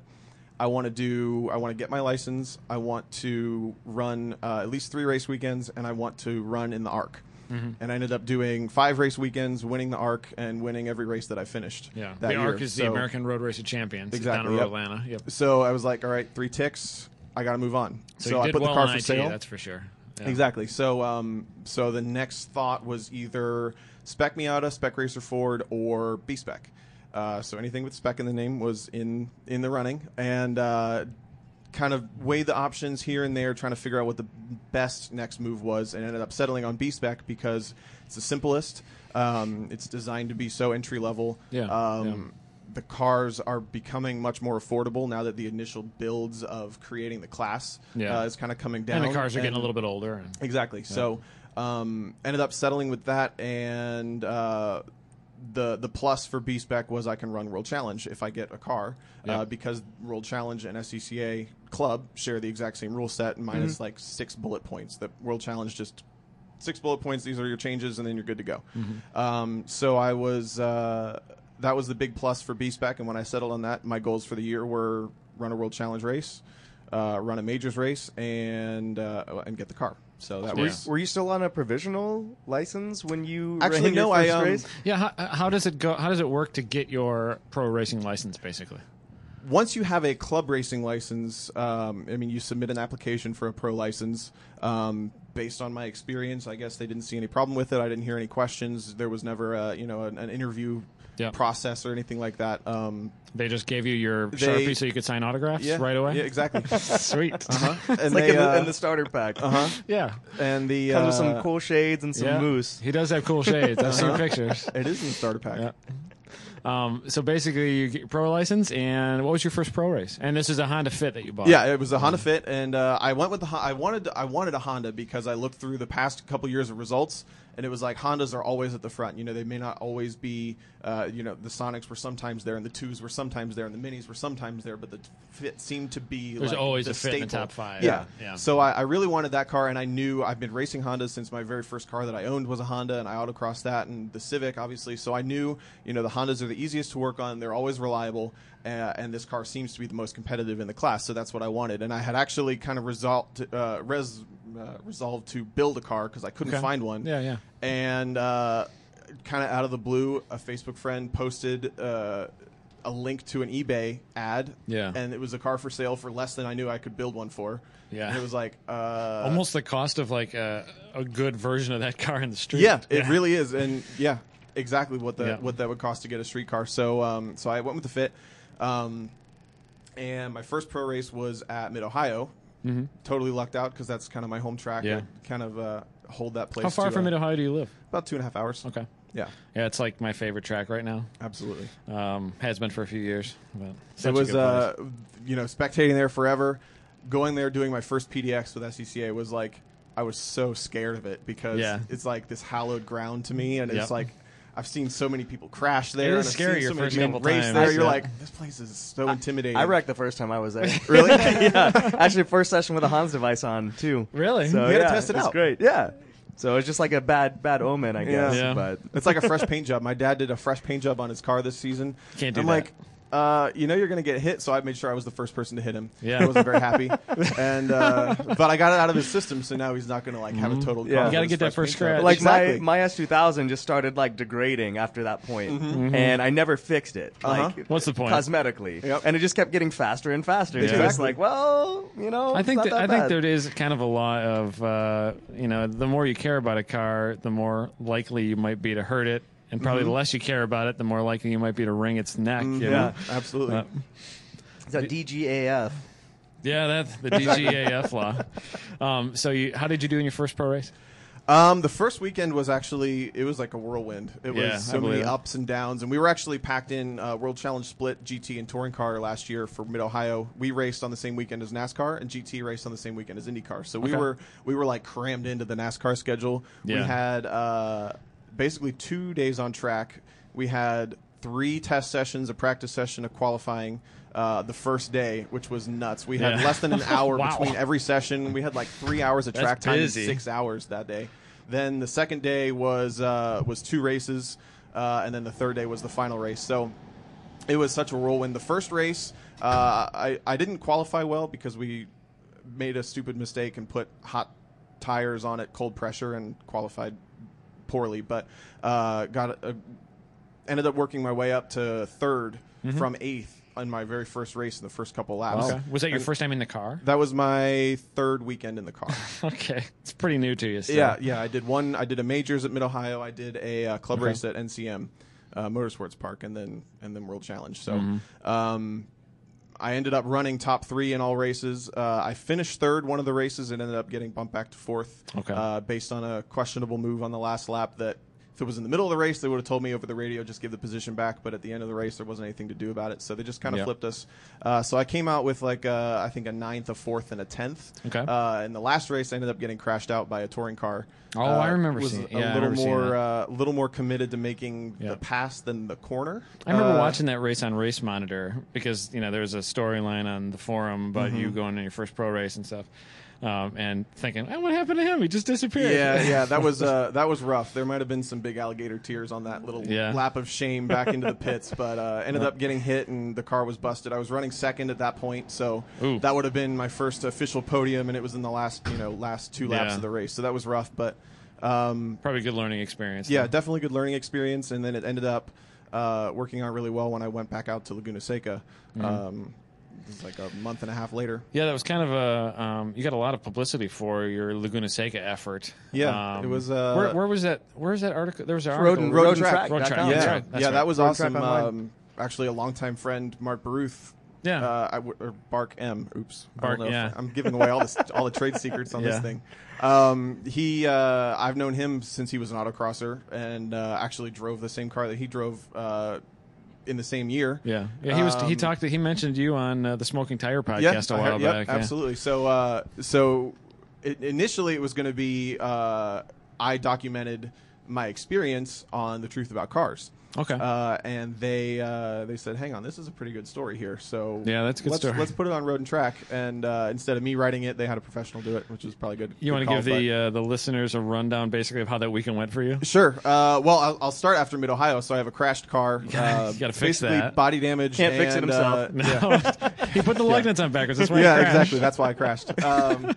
I want to do. I want to get my license. I want to run uh, at least three race weekends, and I want to run in the ARC.
Mm-hmm.
And I ended up doing five race weekends, winning the ARC, and winning every race that I finished.
Yeah.
that
the ARC
year.
is the
So-
American Road Racing Champions down
Exactly,
in
yep.
Atlanta. Yep.
So I was like, all right, three ticks. I got to move on.
So,
So,
you
I
did
put
well
the car
on
for
IT,
sale.
that's for sure. Yeah.
Exactly. So, um, so the next thought was either Spec Miata, Spec Racer Ford, or B Spec. Uh, so anything with spec in the name was in in the running, and uh, kind of weighed the options here and there, trying to figure out what the best next move was, and ended up settling on B Spec because it's the simplest. Um, it's designed to be so entry level.
Yeah,
Um,
yeah.
The cars are becoming much more affordable now that the initial builds of creating the class
Yeah.
uh, is kind of coming down.
And the cars are getting a
and-
little bit older. And,
Exactly. So um, ended up settling with that, and uh, the the plus for B spec was I can run World Challenge if I get a car
Yeah.
uh, because World Challenge and SCCA Club share the exact same rule set minus, like six bullet points. That World Challenge just six bullet points. These are your changes, and then you're good to go.
Mm-hmm.
Um, so I was uh, that was the big plus for B spec, and when I settled on that, my goals for the year were run a World Challenge race. Uh, run a majors race and uh, and get the car. So that
Yeah.
was
Were you still on a provisional license when you
Actually,
ran your
no, I,
first
um,
race?
Yeah, how, uh, how does it go? How does it work to get your pro racing license, basically?
once you have a club racing license, um, I mean, you submit an application for a pro license. Um, based on my experience, I guess they didn't see any problem with it. I didn't hear any questions. There was never, a, you know, an, an interview
Yeah.
process or anything like that. Um,
They just gave you your
They-
sharpie so you could sign autographs
yeah,
right away.
Yeah, exactly.
Sweet. Uh-huh.
and
It's like
they,
in, the,
uh,
in the starter pack.
uh-huh.
Yeah.
and the
Comes with
uh,
some cool shades and some
yeah.
moose.
He does have cool shades. I've
Uh-huh.
seen pictures.
It is in the starter pack.
Yeah. Um, so basically, you get your pro license, and what was your first pro race? And this is a Honda Fit that you bought.
Yeah, it was a Honda Fit, and uh, I went with the. Hon- I wanted. I wanted a Honda because I looked through the past couple years of results, and it was like Hondas are always at the front. You know, they may not always be. Uh, you know, the Sonics were sometimes there, and the twos were sometimes there, and the minis were sometimes there, but the Fit seemed to be.
There's
like,
always
the
a Fit in the
staple.
top five.
Yeah.
Yeah.
So I, I really wanted that car, and I knew I've been racing Hondas since my very first car that I owned was a Honda, and I autocrossed that and the Civic, obviously. So I knew, you know, the Hondas are the easiest to work on; they're always reliable, uh, and this car seems to be the most competitive in the class. So that's what I wanted, and I had actually kind of resolved, uh, res, uh, resolved to build a car because I couldn't
Okay.
find one.
Yeah, yeah.
And uh, kind of out of the blue, a Facebook friend posted. Uh, a link to an eBay ad,
Yeah.
and it was a car for sale for less than I knew I could build one for.
Yeah.
And it was like, uh,
Almost the cost of like a, a good version of that car in the street.
yeah, it really is, and yeah, exactly what the
Yeah.
what that would cost to get a street car. So, um, so I went with the Fit, um, and my first pro race was at Mid Ohio. Mm-hmm. Totally lucked out because that's kind of my home track.
Yeah.
I kind of uh, hold that place.
How far
to,
from
uh,
Mid Ohio do you live?
About two and a half hours.
Okay.
Yeah,
Yeah, it's like my favorite track right now.
absolutely.
Um, has been for a few years. But such
it
a
was
good place.
uh, you know spectating there forever going there doing my first pdx with scca was like i was so scared of it because
Yeah.
it's like this hallowed ground to me and
Yep.
it's like i've seen so many people crash there
It
and
is
I've
scary
seen
your
so many
first
people
couple
race
times,
there you're
yeah.
like this place is so intimidating
I wrecked the first time I was there.
really
yeah, actually, first session with a Hans device on too.
Really?
So
You had to
yeah,
test it
it's
out.
great. Yeah. So it's just like a bad, bad omen, I guess.
Yeah.
But
it's like a fresh paint job my dad did a fresh paint job on his car this season
Can't do
i'm
that.
like uh, you know you're gonna get hit, so I made sure I was the first person to hit him.
Yeah.
I wasn't very happy, and uh, but I got it out of his system, so now he's not gonna like
Mm-hmm.
have a total.
Yeah. You
problem
gotta
with
get
his
that first
paint job.
scratch.
like
Exactly.
my my S two thousand just started like degrading after that point,
Mm-hmm.
and I never fixed it. Like
Mm-hmm. What's the point?
Cosmetically,
Uh-huh. Yep.
and it just kept getting faster and faster. And It was
Exactly.
like, well, you know,
I think
it's
that,
not
I
that
think
bad.
there is kind of a lot of uh, you know the more you care about a car, the more likely you might be to hurt it, and probably
Mm-hmm.
the less you care about it, the more likely you might be to wring its neck. you
Yeah.
know?
absolutely.
Uh,
it's a DGAF.
yeah, that's the DGAF law. Um, so, you, how did you do in your first pro race?
Um, the first weekend was actually it was like a whirlwind. It
Yeah,
was
I
so
believe
many
it.
ups and downs, and we were actually packed in uh, World Challenge Split GT and touring car last year for Mid Ohio. We raced on the same weekend as NASCAR, and GT raced on the same weekend as IndyCar. So we
Okay.
were we were like crammed into the NASCAR schedule.
Yeah.
We had uh, basically two days on track. We had three test sessions, a practice session, a qualifying. Uh, the first day, which was nuts. We had
Yeah.
less than an hour
Wow.
between every session. We had like three hours of
That's
track time, and
busy.
six hours that day. Then the second day was uh, was two races, uh, and then the third day was the final race. So it was such a whirlwind. The first race, uh, I I didn't qualify well because we made a stupid mistake and put hot tires on it, cold pressure, and qualified poorly. But uh, got a, ended up working my way up to 3rd from eighth on my very first race in the first couple laps.
Mm-hmm. Okay. Was that your first time in the car?
That was my third weekend in the car.
Okay, it's pretty new to you. Still.
Yeah, yeah. I did one. I did a majors at Mid Ohio. I did a uh, club race at NCM uh, Motorsports Park, and then and then World Challenge. So,
Mm-hmm.
um, I ended up running top three in all races. Uh, I finished third one of the races and ended up getting bumped back to fourth.
Okay.
Uh, based on a questionable move on the last lap that. If it was in the middle of the race, they would have told me over the radio just give the position back. But at the end of the race, there wasn't anything to do about it, so they just kind of
Yeah.
flipped us. Uh, so I came out with like uh, I think a ninth, a fourth, and a tenth.
Okay.
Uh, in the last race, I ended up getting crashed out by a touring car.
Oh,
uh,
I remember
was
seeing-
a
yeah, I
little
remember seeing
more,
that.
uh, little more committed to making
Yeah.
the pass than the corner.
I remember
Uh,
watching that race on Race
Mm-hmm.
Monitor because you know there was a storyline on the forum about you going in your first pro race and stuff. um, and thinking, "Eh, what happened to him? He just disappeared.
Yeah, yeah, that was uh, that was rough. There might have been some big alligator tears on that little
Yeah.
lap of shame back into the pits, but uh, ended up getting hit and the car was busted. I was running second at that point, so
Ooh.
that would have been my first official podium, and it was in the last you know last two laps
Yeah.
of the race, so that was rough. But um,
Probably a good learning experience.
yeah, definitely good learning experience, and then it ended up uh, working out really well when I went back out to Laguna Seca.
Mm-hmm.
Um, it was like a month and a half later.
Yeah, that was kind of a. Um, you got a lot of publicity for your Laguna Seca effort.
Yeah,
Um,
it was, uh,
where, where was that? Where's that article? There was an
Road
article.
and- Road and Track.
Road track.
Dot com.
That's
yeah,
right. That's
yeah,
right.
that was
Road
awesome.
Trip Online.
Um, actually, a longtime friend, Mark Baruth.
Yeah.
uh, I w- or Bark M. Oops, I
Bark,
don't know if-
yeah.
I'm giving away all this, all the trade secrets on
Yeah.
this thing. Um, he, uh, I've known him since he was an autocrosser, and uh, actually drove the same car that he drove uh, in the same year.
Yeah, yeah. He was. he
Um,
talked. He mentioned you on uh, the Smoking Tire
yeah,
podcast
I
a while
heard- yep,
back. yeah.
Absolutely. So, uh, so i initially it was going to be uh, I documented my experience on the truth about cars.
Okay.
Uh, and they uh, they said, "Hang on, this is a pretty good story here." So
Yeah, that's a good
let's,
story.
Let's put it on road and track. And uh, instead of me writing it, they had a professional do it, which is probably good.
You
good
want to
call,
give
but-
the uh, the listeners a rundown, basically, of how that weekend went for you?
Sure. Uh, well, I'll, I'll start after Mid Ohio. So I have a crashed car. Uh,
You gotta fix
basically
that.
Body damage.
Can't fix it
and, uh,
himself.
he put the lug nuts on backwards. That's why he
yeah,
crashed.
exactly. That's why I crashed. Um,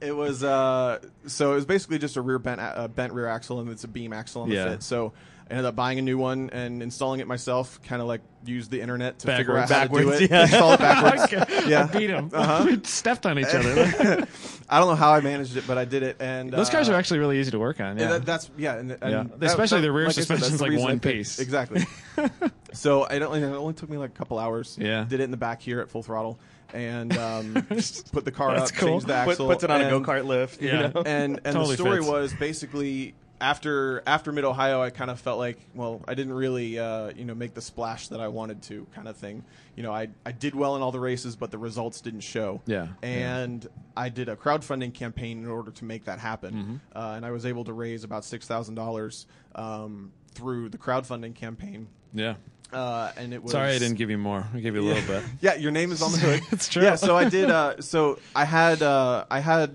it was uh, so it was basically just a rear bent a bent rear axle and it's a beam axle on the
Yeah.
fit. So I ended up buying a new one and installing it myself. Kind of like used the internet to figure out
Backwards.
how
Backwards,
to do it.
yeah.
Install it backwards.
I
yeah, Uh-huh.
beat him. we stepped on each other.
I don't know how I managed it, but I did it. And
Those cars
uh,
are actually really easy to work on. Yeah.
Yeah, that, that's yeah, and, and
Yeah.
that-
Especially
that-
the rear
I said, that's
suspension's
the
like
reason I
one
picked-
piece.
Exactly. so I don't. It only took me like a couple hours.
Yeah.
Did it in the back here at full throttle, and um, put the car
That's
up,
cool.
changed the
Put,
axle,
puts it on a
and-
go kart lift. you
Yeah.
know?
and and
Totally
the story
fits.
was basically after after Mid Ohio, I kind of felt like well, I didn't really uh, you know make the splash that I wanted to kind of thing. You know, I I did well in all the races, but the results didn't show.
Yeah,
and I did a crowdfunding campaign in order to make that happen,
Mm-hmm.
uh, and I was able to raise about six thousand um, dollars um, through the crowdfunding campaign.
yeah.
Uh, and it was
Sorry, I didn't give you more. I gave you a little bit.
yeah, your name is on the hood.
It's true.
Yeah, so I did. Uh, so I had uh, I had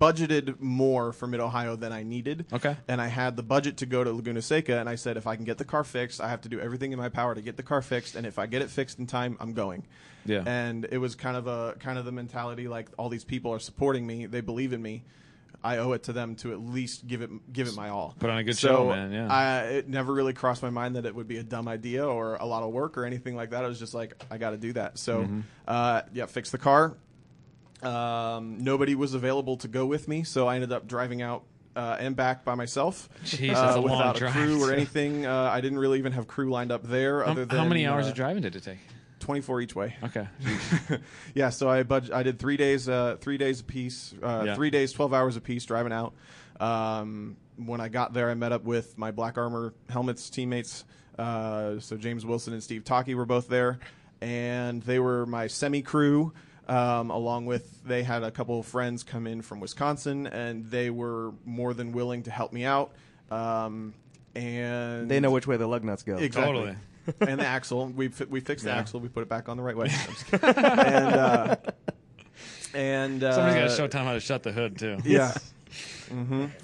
budgeted more for Mid Ohio than I needed.
Okay.
And I had the budget to go to Laguna Seca, and I said if I can get the car fixed, I have to do everything in my power to get the car fixed, and if I get it fixed in time, I'm going.
Yeah.
And it was kind of a kind of the mentality like all these people are supporting me, they believe in me. I owe it to them to at least give it give it my all.
Put on a good
So
show, man, yeah.
I, it never really crossed my mind that it would be a dumb idea or a lot of work or anything like that. I was just like, I got to do that. So,
Mm-hmm.
uh, yeah, fix the car. Um, nobody was available to go with me, so I ended up driving out uh, and back by myself.
Jeez,
uh,
that's a long
without
drive.
a crew or anything. Uh, I didn't really even have crew lined up there.
How,
other than
how many hours
uh,
of driving did it take?
Twenty-four each way.
Okay.
yeah, so I budge- I did three days, uh, three days a piece, uh,
Yeah.
three days, twelve hours a piece driving out. Um, when I got there, I met up with my Black Armor helmets teammates. Uh, so James Wilson and Steve Taki were both there, and they were my semi crew. Um, along with they had a couple of friends come in from Wisconsin, and they were more than willing to help me out. Um, and
They know which way the lug nuts go.
Exactly.
Totally.
and the axle, we fi- we fixed the axle, we put it back on the right way. I'm just kidding. and uh, and uh,
Somebody's got to show Tom how to shut the hood too.
Yeah,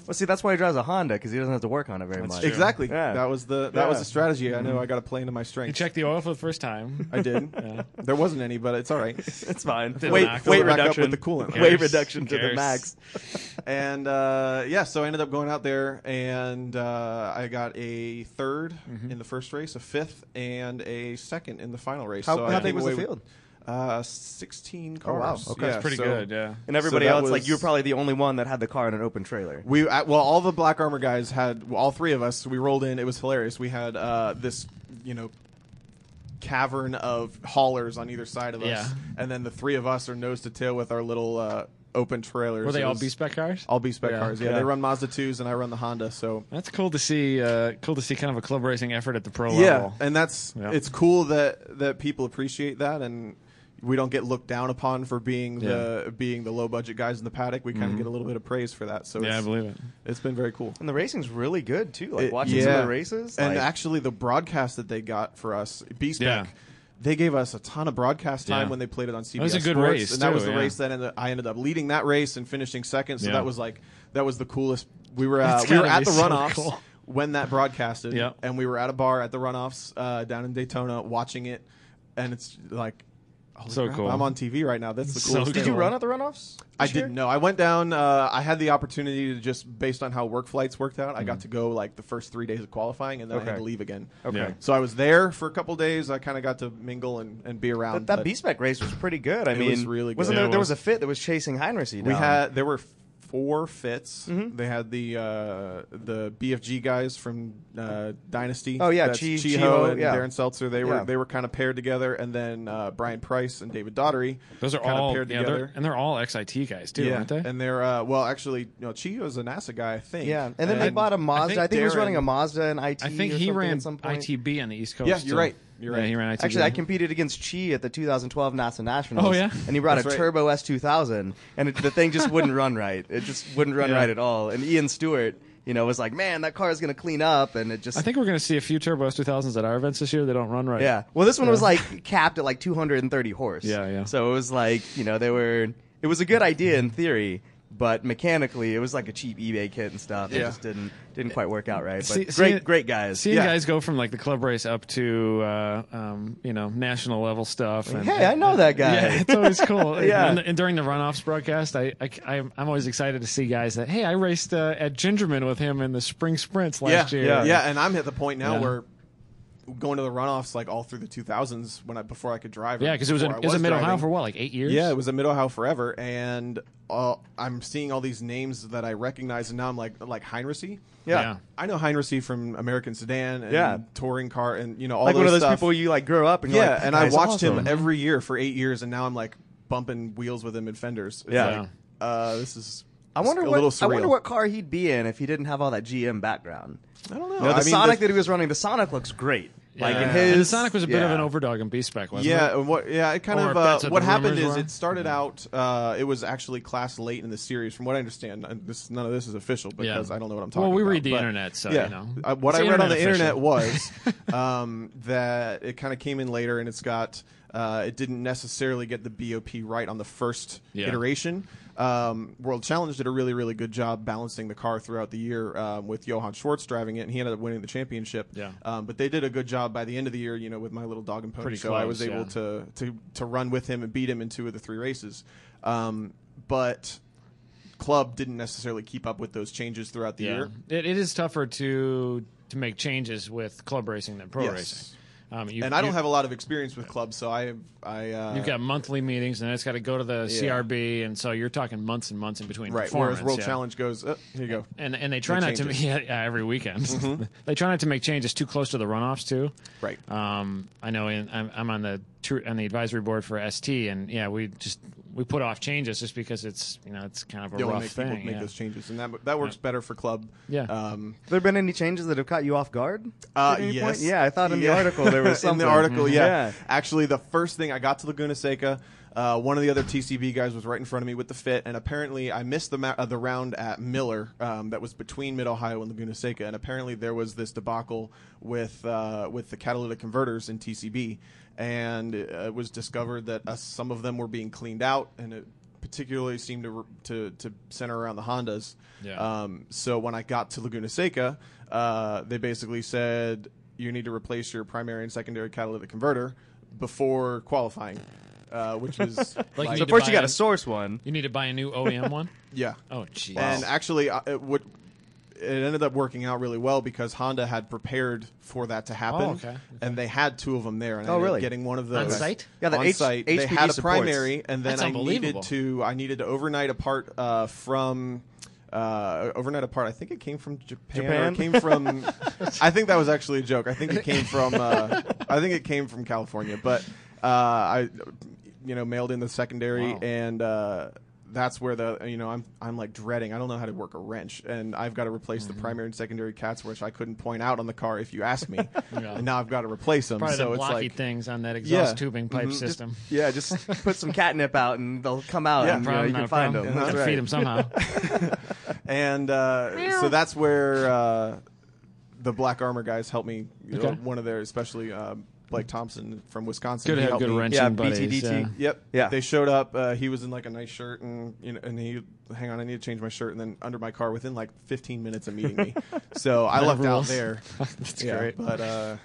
Well, see, that's why he drives a Honda because he doesn't have to work on it very much.
true.
exactly.
Yeah.
That was the that
Yeah.
was
Mm-hmm.
the strategy. I know I got to play into my
He
strengths.
checked the oil for the first time.
I did. There wasn't any, but it's all right.
It's fine.
Didn't
Weight,
knock.
weight
Fill it back up
reduction
with the coolant.
Who
Weight
cares?
reduction
Who
to the
cares?
max.
and uh, yeah, so I ended up going out there, and uh, I got a 3rd
Mm-hmm.
in the first race, a fifth, and a second in the final race.
How-
so
how
I
big
came
was the
away with,
field?
Uh, sixteen
Oh, wow.
cars.
Okay.
Yeah,
That's pretty
so-
good. Yeah.
And everybody
So that
else, like you were
was-
probably the only one that had the car in an open trailer.
We uh, well, all the black armor guys had well, all three of us. We rolled in. It was hilarious. We had uh, this, you know, cavern of haulers on either side of
Yeah.
us, and then the three of us are nose to tail with our little uh, open trailers.
Were they
It
all
was-
B spec cars?
All B spec cars. Yeah,
yeah.
they run Mazda twos, and I run the Honda. So
That's cool to see. Uh, cool to see kind of a club racing effort at the pro
yeah,
level.
and that's
Yeah.
it's cool that that people appreciate that and. We don't get looked down upon for being the being the low budget guys in the paddock. We kind of get a little bit of praise for that. So
Mm-hmm. yeah, I
it's,
believe it.
it's been very cool.
And the racing's really good too. Like
It-
watching some
yeah.
of the races,
and
like,
actually the broadcast that they got for us, B Spec,
Yeah.
they gave us a ton of broadcast time
Yeah.
when they played it on CBS.
was a good
Sports,
race,
and that
too,
was the
yeah.
race that ended, I ended up leading that race and finishing second. So
Yeah.
that was like that was the coolest. We were uh,
That's
we were
gotta
at
be
the
so
runoffs
cool.
when that broadcasted,
Yeah.
and we were at a bar at the runoffs uh, down in Daytona watching it, and it's like. holy
So
crap,
cool.
I'm on TV right now. That's the
So
coolest.
cool.
thing.
Did you run at the runoffs?
I
this year?
didn't know. I went down. Uh, I had the opportunity to just based on how work flights worked out. I got to go like the first three days of qualifying, and then I had
Mm-hmm. Okay.
to leave again.
Okay.
Yeah.
So I was there for a couple days. I kind of got to mingle and, and be around.
That, that
but
B-Spec race was pretty good. I
It
mean,
was really good.
Wasn't
Yeah,
there,
it
there
was.
was a fit that was chasing Heinrichs.
we had there were four fits.
Mm-hmm.
They had the uh, the BFG guys from uh, Dynasty.
Oh, yeah,
That's
Chi-
Chiho
Chiho,
and
yeah.
Darren Seltzer. They were
Yeah.
they were kind of paired together, and then uh, Brian Price and David Daugherty.
Those are
kinda
all
paired
yeah,
together.
they're, and they're all XIT guys too, aren't they?
and they're uh, well, actually, you know, Chiho's a NASA guy, I think.
Yeah, and then they
And
bought a Mazda. I think,
think
he was
Darren-
running a Mazda and IT.
I think
or
he
something
ran
at some point.
ITB on the East Coast.
Yeah, you're
too.
right. You're
Yeah,
right.
he ran ITB.
Actually, I competed against Chi at the 2012 NASA Nationals.
Oh, yeah?
and he brought
That's
a
right.
turbo S2000, and it, the thing just wouldn't run right. It just wouldn't run
Yeah.
right at all. And Ian Stewart, you know, was like, "Man, that car is going to clean up," and it just.
I think we're going to see a few Turbo S2000s at our events this year. They don't run right.
yeah. Well, this one was like capped at like 230 horse.
Yeah, yeah.
So it was like you know they were. It was a good idea in theory, but mechanically it was like a cheap eBay kit and stuff. It
Yeah.
just didn't didn't quite work out right. But
See-
great,
seeing-
great guys.
Seeing
Yeah.
guys go from like the club race up to uh, um, you know national level stuff. And,
Hey, I know that guy.
Yeah, it's always cool.
Yeah.
and, and during the runoffs broadcast, I, I I'm, I'm always excited to see guys that hey, I raced uh, at Gingerman with him in the spring sprints last
yeah,
year.
Yeah, yeah, and I'm at the point now
Yeah.
where going to the runoffs like all through the 2000s when I before I could drive. or
yeah, because it was a,
before I
it was a mid Ohio
driving.
for what like eight years.
Yeah, it was a mid Ohio forever, and uh, I'm seeing all these names that I recognize, and now I'm like like Heinrichsey.
Yeah.
Yeah.
I know Heinrichsey from American Sedan and
Yeah.
touring car, and you know all
like
those
one of those
stuff.
people you like grow up and you're
yeah,
like,
and
"That
I
guy's
watched
awesome."
him every year for eight years, and now I'm like bumping wheels with him in fenders. It's
Yeah.
like, uh, this is.
I wonder
a
what
little surreal.
I wonder what car he'd be in if he didn't have all that GM background.
I don't know.
You know, the
I mean,
Sonic
the-
that he was running, the Sonic looks great. Like in
Yeah.
his
And the Sonic was a bit
yeah.
of an overdog in B spec, wasn't
yeah,
it?
and what? Yeah, it kind
Or
of
if
uh,
that's what
what
the
happened
rumors
is
were. Mm-hmm.
it started out. Uh, it was actually class late in the series, from what I understand. And This, none of this is official
Yeah.
because I don't know what I'm talking.
Well, we
about,
read the
but-
internet, so
yeah,
you know.
Uh, what
It's
I read on
internet
the internet
official.
was um, that it kind of came in later, and it's got. Uh, it didn't necessarily get the BOP right on the first
Yeah.
iteration. Um, World Challenge did a really, really good job balancing the car throughout the year um, with Johann Schwartz driving it, and he ended up winning the championship.
Yeah.
Um, but they did a good job by the end of the year, you know, with My Little Dog and Pony.
Pretty
so I was
close,
able
yeah.
to to to to run with him and beat him in two of the three races. Um, but club didn't necessarily keep up with those changes throughout the year.
It, it is tougher to to make changes with club racing than pro
Yes.
racing. Um, you,
And I don't
you-
have a lot of experience with club, so I I uh,
You've got monthly meetings, and it's got to go to the
Yeah.
CRB, and so you're talking months and months in between.
right.
performance,
Whereas World
yeah.
Challenge goes, uh, here you go.
and and they try
They
not to
change
yeah, yeah, every weekend. they try not to make changes too close to the runoffs too.
Mm-hmm. Right.
Um, I know in, I'm, I'm on the tru- on the advisory board for ST, and yeah, we just we put off changes just because it's you know it's kind of a
They want to
rough
make
thing.
people make
yeah.
those changes, and that that works better for club.
Yeah.
Um,
Have there been any changes that have caught you off guard?
Uh,
at any
yes.
point? Yeah, I thought in
Yeah.
the article there was
in
something.
the article,
Mhm.
yeah. Actually, the first thing I got to Laguna Seca, uh, one of the other TCB guys was right in front of me with the fit, and apparently I missed the ma- uh, the round at Miller um, that was between Mid Ohio and Laguna Seca, and apparently there was this debacle with uh, with the catalytic converters in TCB, and uh, it was discovered that uh, some of them were being cleaned out, and it particularly seemed to to, to center around the Hondas.
Yeah.
Um, so when I got to Laguna Seca, uh, they basically said you need to replace your primary and secondary catalytic converter before qualifying, uh, which was
Like,
like,
you
So
need to
first
buy
you got
a-
to source one.
You need to buy a new OEM one.
yeah.
Oh, jeez.
And actually, I- it would. It ended up working out really well because Honda had prepared for that to happen,
Oh, okay.
and they had two of them there. And I
Oh,
ended up
really?
Getting one of those
On site?
Yeah, the
on
H-
site. they
HPD
had a
supports.
primary, and then
That's
I needed
unbelievable.
to I needed to overnight a part uh, from uh, overnight a part. I think it came from Japan. Or
Japan?
it came from. I think that was actually a joke. I think it came from. Uh, I think it came from California, but uh, I, you know, mailed in the secondary,
Wow.
and uh, that's where the you know I'm I'm like dreading. I don't know how to work a wrench, and I've got to replace
Mm-hmm.
the primary and secondary cats, which I couldn't point out on the car if you asked me,
Yeah.
and now I've got to replace them.
Probably
so
the
it's
blocky
like
things on that exhaust
Yeah. Mm-hmm.
tubing pipe system.
Yeah, just put some catnip out and they'll come out
Yeah,
and you, know,
Problem,
you
not
can
a
find
problem.
them.
Gotta
That's right.
feed them somehow.
and uh, so that's where uh, the black armor guys helped me. you know,
Okay.
one of their, especially um, Blake Thompson from Wisconsin.
Good to
He
have
helped
good
me.
wrenching
Yeah,
buddies.
BTDT.
yeah.
Yep.
Yeah.
They showed up. Uh, he was in like a nice shirt, and you know, and he, hang on, I need to change my shirt, and then under my car within like 15 minutes of meeting me. so I left out
rules.
there.
That's
yeah,
great.
But uh,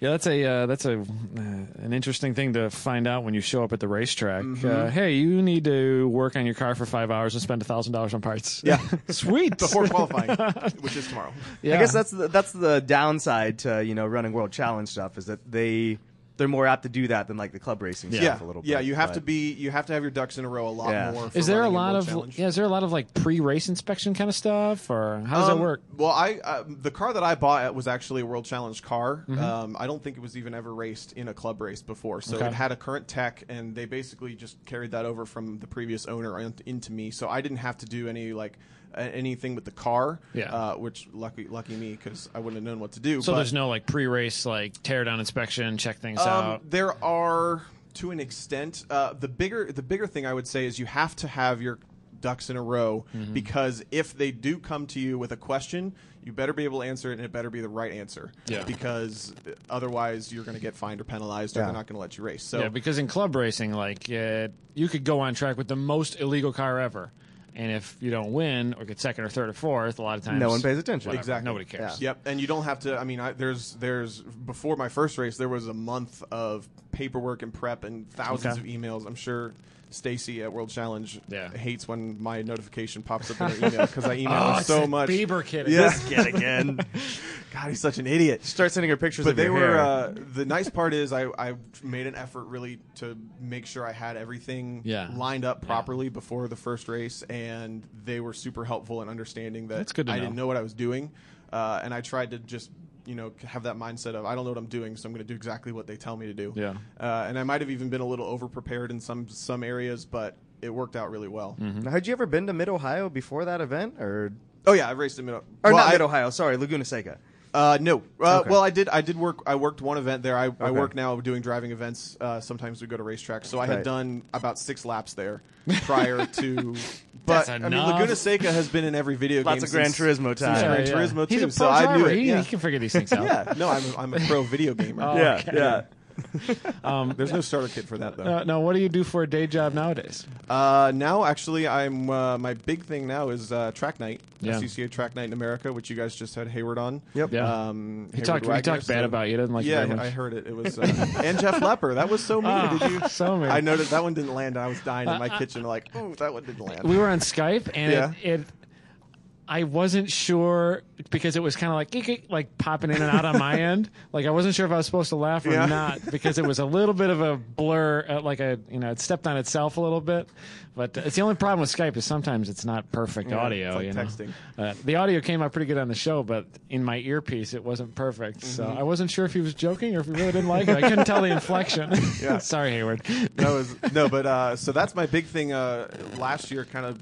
Yeah, that's a uh, that's a uh, an interesting thing to find out when you show up at the racetrack.
Mm-hmm.
Uh, hey, you need to work on your car for five hours and spend thousand dollars on parts.
Yeah.
sweet.
before qualifying, which is tomorrow.
yeah.
I guess that's the, that's the downside to you know running World Challenge stuff is that they they're more apt to do that than like the club racing
Yeah.
stuff a little bit.
Yeah. You have to
but-
be. You have to have your ducks in a row a lot
Yeah.
more. For
Is there a
running
lot
World
of
Challenge.
yeah? Is there a lot of like pre-race inspection kind of stuff, or how does
Um,
that work?
Well, I uh, the car that I bought uh, was actually a World Challenge car.
Mm-hmm.
Um, I don't think it was even ever raced in a club race before, so
Okay.
it had a current tech, and they basically just carried that over from the previous owner in- into me. So I didn't have to do any like a- anything with the car,
Yeah.
uh, which lucky lucky me because I wouldn't have known what to do.
So
but,
there's no like pre-race like teardown inspection, check things
um,
out.
there are to an extent. Uh, the bigger the bigger thing I would say is you have to have your ducks in a row
Mm-hmm.
because if they do come to you with a question, you better be able to answer it and it better be the right answer.
Yeah.
Because otherwise you're going to get fined or penalized or
Yeah.
they're not going to let you race. So
Yeah, because in club racing, like uh, you could go on track with the most illegal car ever, and if you don't win or get second or third or fourth, a lot of times
one pays attention.
Whatever,
Exactly.
nobody cares.
Yep, and you don't have to. I mean, I, there's there's before my first race, there was a month of paperwork and prep and thousands
Okay.
of emails. I'm sure Stacy at World Challenge
Yeah.
hates when my notification pops up in her email because I email her so much.
Oh, Bieber kidding.
Yeah.
this kid again.
God, he's such an idiot.
Start sending her pictures
But
of
they
your
were
hair.
uh, the nice part is I, I made an effort really to make sure I had everything
Yeah.
lined up properly before the first race, and they were super helpful in understanding that
That's good to
I
know.
didn't know what I was doing, uh, and I tried to just you know have that mindset of I don't know what I'm doing, so I'm going to do exactly what they tell me to do.
Yeah.
uh, and I might have even been a little over prepared in some some areas, but it worked out really well.
Mm-hmm.
Now, uh, had you ever been to Mid Ohio before that event, or
Oh yeah, I raced in middle.
or
well,
not
I-
Mid Ohio? Sorry, Laguna Seca.
Uh, no. Uh,
Okay.
Well, I did. I did work. I worked one event there. I, I work now doing driving events. Uh, sometimes we go to racetracks. So I had
Right.
done about six laps there prior to. But
That's
I mean,
enough.
Laguna Seca has been in every video
Lots
game.
of Gran
since-
Turismo
since
time.
Gran Turismo
He's
too.
a pro
so I knew
driver.
it.
He,
yeah.
he can figure these things out.
yeah. No, I'm I'm a pro video gamer.
Oh,
yeah, yeah.
There's no starter kit for that though.
Um, Uh, now, what do you do for a day job nowadays?
Uh, now, actually, I'm uh, my big thing now is uh, track night,
Yeah.
SCCA track night in America, which you guys just had Hayward on.
Yep.
Yeah.
Um,
He
Hayward
talked- he
Wagner,
talked bad about you. He doesn't like you
Yeah,
very much.
I heard it. It was uh, and Jeff Lepper. That was so mean.
Ah,
Did you?
so mean. Uh,
I noticed that one didn't land. and I was dying in my kitchen, like, oh, that one didn't land.
we were on Skype, and
Yeah.
it, it, I wasn't sure because it was kind of like eek, eek, like popping in and out on my end. Like I wasn't sure if I was supposed to laugh or
Yeah.
not because it was a little bit of a blur, uh, like a you know, it stepped on itself a little bit. But uh, it's the only problem with Skype is sometimes it's not perfect audio.
it's like
you know?
texting.
Uh, the audio came out pretty good on the show, but in my earpiece it wasn't perfect. So
Mm-hmm.
I wasn't sure if he was joking or if he really didn't like it. I couldn't tell the inflection.
Yeah.
Sorry, Hayward.
that was no, but uh, so that's my big thing. Uh, last year, kind of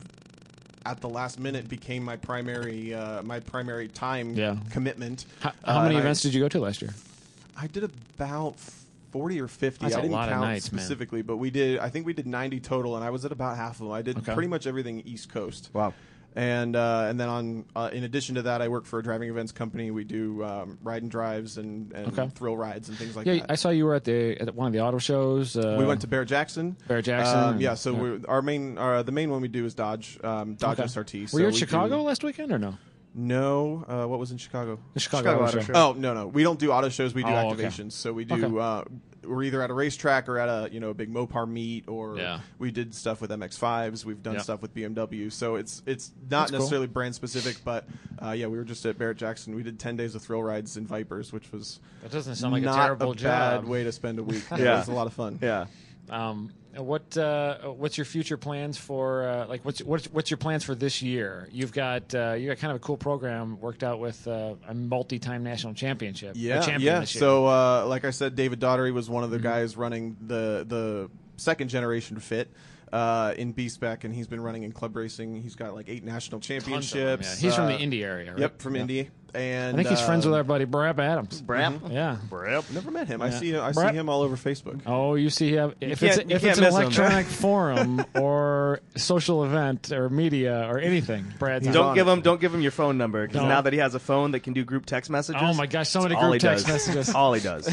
at the last minute, became my primary uh, my primary time
Yeah.
commitment.
How, how
Uh,
many
and I-
events did you go to last year?
I did about forty or fifty.
That's
I
a
didn't
lot of
count
nights, man.
specifically, but we did. I think we did ninety total, and I was at about half of them. I did
Okay.
pretty much everything East Coast.
Wow.
And uh, and then on uh, in addition to that, I work for a driving events company. We do um, ride and drives and, and
Okay.
thrill rides and things like
Yeah,
that.
I saw you were at the at one of the auto shows. Uh,
we went to Bear Jackson.
Bear Jackson
Um, yeah.
and-
So
yeah.
We're, our main, our, the main one we do is Dodge, um, Dodge
okay.
SRT. So
Were you in
we
Chicago
do-
last weekend or no?
no. Uh, what was in Chicago?
The
Chicago Auto Show.
Oh no no, we don't do auto shows. We do
Oh, okay.
activations. So we do.
Okay.
Uh, we're either at a racetrack or at a you know a big Mopar meet, or
Yeah.
we did stuff with MX5s. We've done
Yeah.
stuff with BMW. So it's it's not
That's cool.
necessarily brand specific, but uh, yeah, we were just at Barrett Jackson. We did ten days of thrill rides in Vipers, which was
That doesn't sound like a
not
terrible
a bad
job.
way to spend a week.
Yeah.
it was a lot of fun.
Yeah.
Um, what uh, what's your future plans for uh, like what's what's what's your plans for this year? You've got uh, you got kind of a cool program worked out with uh, a multi-time national championship. or
Yeah,
champion
yeah.
this year. Mm-hmm.
So, uh, like I said, David Daugherty was one of the guys running the the second generation fit uh, in B spec, and he's been running in club racing. He's got like eight national
Tons of
championships.
them, yeah. He's from the
uh,
Indy area. Right?
Yep, from Indy. And
I think he's friends with
uh,
our buddy Brad Adams.
Brap.
Yeah.
Never met him. I
Yeah.
see. I see
Brett-
him all over Facebook.
Oh, you see, yeah, if it's
can't- you
if
can't
it's an
miss 'em.
electronic forum or social event or media or anything, Brad's on.
Don't
on
give
it.
him. Don't give him your phone number because
No.
now that he has a phone that can do group text messages.
Oh my Oh gosh, so many
all
group
he
text
does.
messages.
all he does.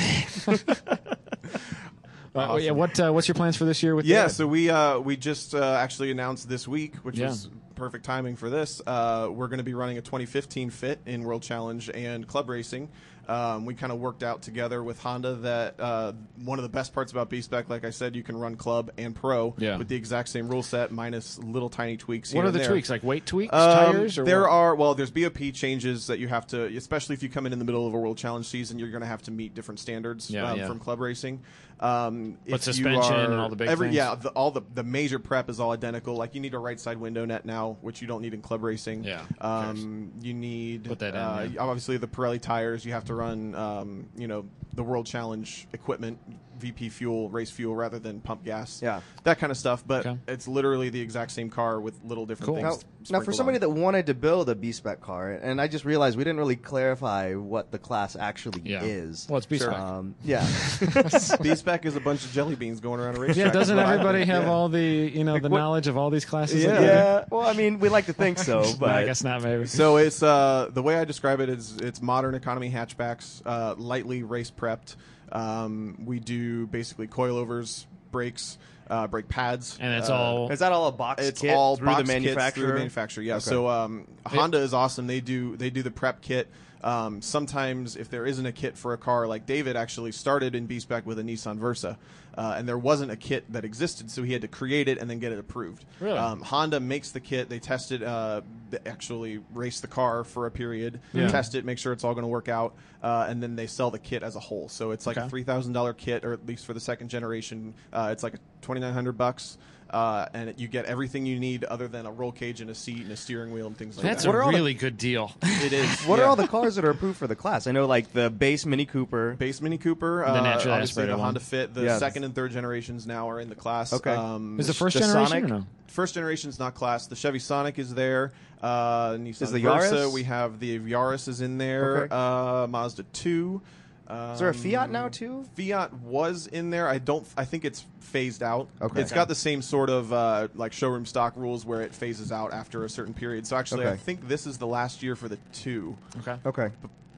Uh, yeah, what uh, what's your plans for this year with the
Yeah,
ad?
so we uh, we just uh, actually announced this week, which
Yeah.
is perfect timing for this. Uh, we're going to be running a 2015 fit in World Challenge and Club Racing. Um, we kind of worked out together with Honda that uh, one of the best parts about B-Spec, like I said, you can run Club and Pro
Yeah.
with the exact same rule set, minus little tiny tweaks.
what
here
are the
and there.
tweaks? Like weight tweaks,
Um,
tires, or
there
what?
are well, there's BOP changes that you have to, especially if you come in in the middle of a World Challenge season, you're going to have to meet different standards
Yeah,
um,
yeah.
from club racing. Um,
But
if you
suspension
are-
and all the big
every,
things.
Yeah, the, all the the major prep is all identical. Like you need a right side window net now, which you don't need in club racing.
Yeah, who
Um, you need
Put that in,
uh,
yeah.
obviously the Pirelli tires. You have to run um, you know the World Challenge equipment, VP fuel, race fuel rather than pump gas.
Yeah.
that kind of stuff. But
Okay.
it's literally the exact same car with little different
Cool.
things.
Now-
Now, now for
sprinkled
somebody
on.
that wanted to build a B spec car, and I just realized we didn't really clarify what the class actually
Yeah.
is.
Well, it's B-spec.
Um, yeah,
B-Spec is a bunch of jelly beans going around a racetrack.
yeah, doesn't
is what I
everybody
think,
have
yeah.
all the you know the
what-
knowledge of all these classes?
Yeah.
like that?
yeah. Well, I mean, we like to think so, but
No, I guess not. Maybe
So it's uh, the way I describe it is it's modern economy hatchbacks, uh, lightly race prepped. Um, we do basically coilovers, brakes, uh, brake pads,
and it's
uh,
all
is that all a box
it's
kit
all
through
box
the
kits
manufacturer?
through the manufacturer, yeah. So um, Honda is awesome. They do they do the prep kit. Um, sometimes if there isn't a kit for a car, like David actually started in B spec with a Nissan Versa, uh, and there wasn't a kit that existed, so he had to create it and then get it approved.
Really?
Um, Honda makes the kit. They test it. Uh, they actually race the car for a period,
Yeah.
test it, make sure it's all going to work out, uh, and then they sell the kit as a whole. So it's like
Okay.
a three thousand dollar kit, or at least for the second generation, uh, it's like twenty nine hundred bucks, uh, and you get everything you need other than a roll cage and a seat and a steering wheel and things like
that's
that.
What are
a
all the-
really good deal.
it is.
What are
yeah.
all the cars that are approved for the class? I know, like the base Mini Cooper.
base Mini Cooper? Uh,
The naturally
obviously
aspirated
the
one.
Honda Fit. The
Yeah.
second and third generations now are in the class.
Okay.
Um,
Is the first
The
generation
Sonic?
or no?
First generation's not class. The Chevy Sonic is there. Uh, Nissan
Is the
Versa.
Yaris?
We have the Yaris is in there.
Okay.
Uh, Mazda two. Um,
Is there a Fiat now too?
Fiat was in there. I don't. I think it's phased out.
Okay.
It's got the same sort of uh, like showroom stock rules where it phases out after a certain period. So actually, I
Okay.
think this is the last year for the two
Okay.
Okay.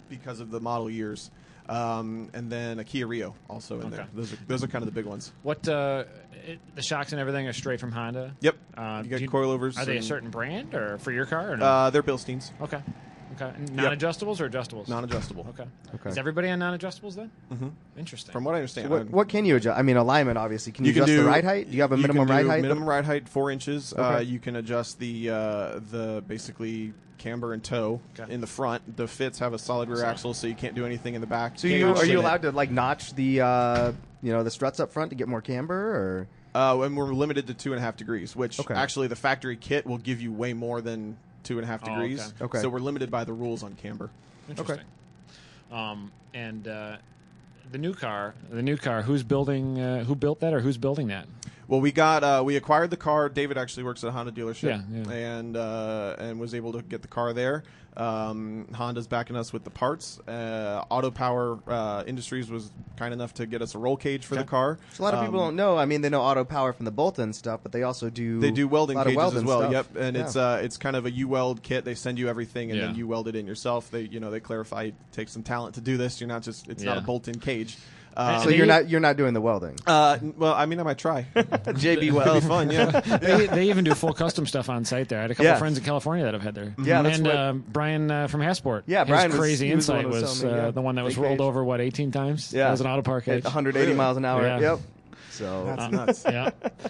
because of the model years. Um, and then a Kia Rio also in there.
Okay.
Those are those are kind of the big ones.
What uh, it, the shocks and everything are straight from Honda.
Yep.
Uh,
you got
do you-
coilovers.
Are they a
and-
certain brand or for your car or no?
Uh, they're Bilsteins,
okay. Okay. Non-adjustables or adjustables?
non-adjustable.
Okay.
Okay.
Is everybody on non-adjustables then? Mm-hmm. Interesting.
From what I understand,
What, what can you adjust? I mean, alignment, obviously. Can you,
can
adjust
do-
the ride height? Do you have a
can
minimum
do
ride height?
Minimum ride height four inches. Uh, you can adjust the uh, the basically camber and toe
Okay.
in the front. The fits have a solid rear axle, so you can't do anything in the back.
So you are you allowed to like notch the uh, you know the struts up front to get more camber or
Uh, and we're limited to two and a half degrees, which
Okay.
actually the factory kit will give you way more than two and a half
Oh,
degrees.
okay.
Okay.
So we're limited by the rules on camber.
Interesting. Um, and uh, the new car, the new car. Who's building? Uh, who built that, or who's building that?
Well, we got uh, we acquired the car. David actually works at a Honda dealership,
Yeah, yeah.
and uh, and was able to get the car there. Um, Honda's backing us with the parts. Uh, Auto Power uh, Industries was kind enough to get us a roll cage for the car.
a lot of people
Um,
don't know. I mean, they know auto power from the bolt and stuff, but they also do
They do welding
a lot
cages
of welding
as well.
stuff.
Yep, and it's
Yeah.
uh, it's kind of a U weld kit. They send you everything, and
Yeah.
then you weld it in yourself. They you know they clarify it takes some talent to do this. You're not just it's not
Yeah.
a bolt in cage.
And-
Um,
so you're not you're not doing the welding.
uh, well, I mean, I might try.
JB
That'd be fun, yeah.
they, they even do full custom stuff on site there. I had a couple
Yeah. Mm-hmm.
of friends in California that I've had there.
Yeah, that's
and
what-
um, Brian uh, from Hasport.
Yeah, Brian
His
was-
crazy
he was the one
insight
who was
was,
telling me,
uh,
yeah.
the one that was
Big
rolled
cage.
over what 18 times.
Yeah,
it was an auto park
at
cage.
180 miles an hour.
Yeah.
Yep. So
That's nuts.
yeah,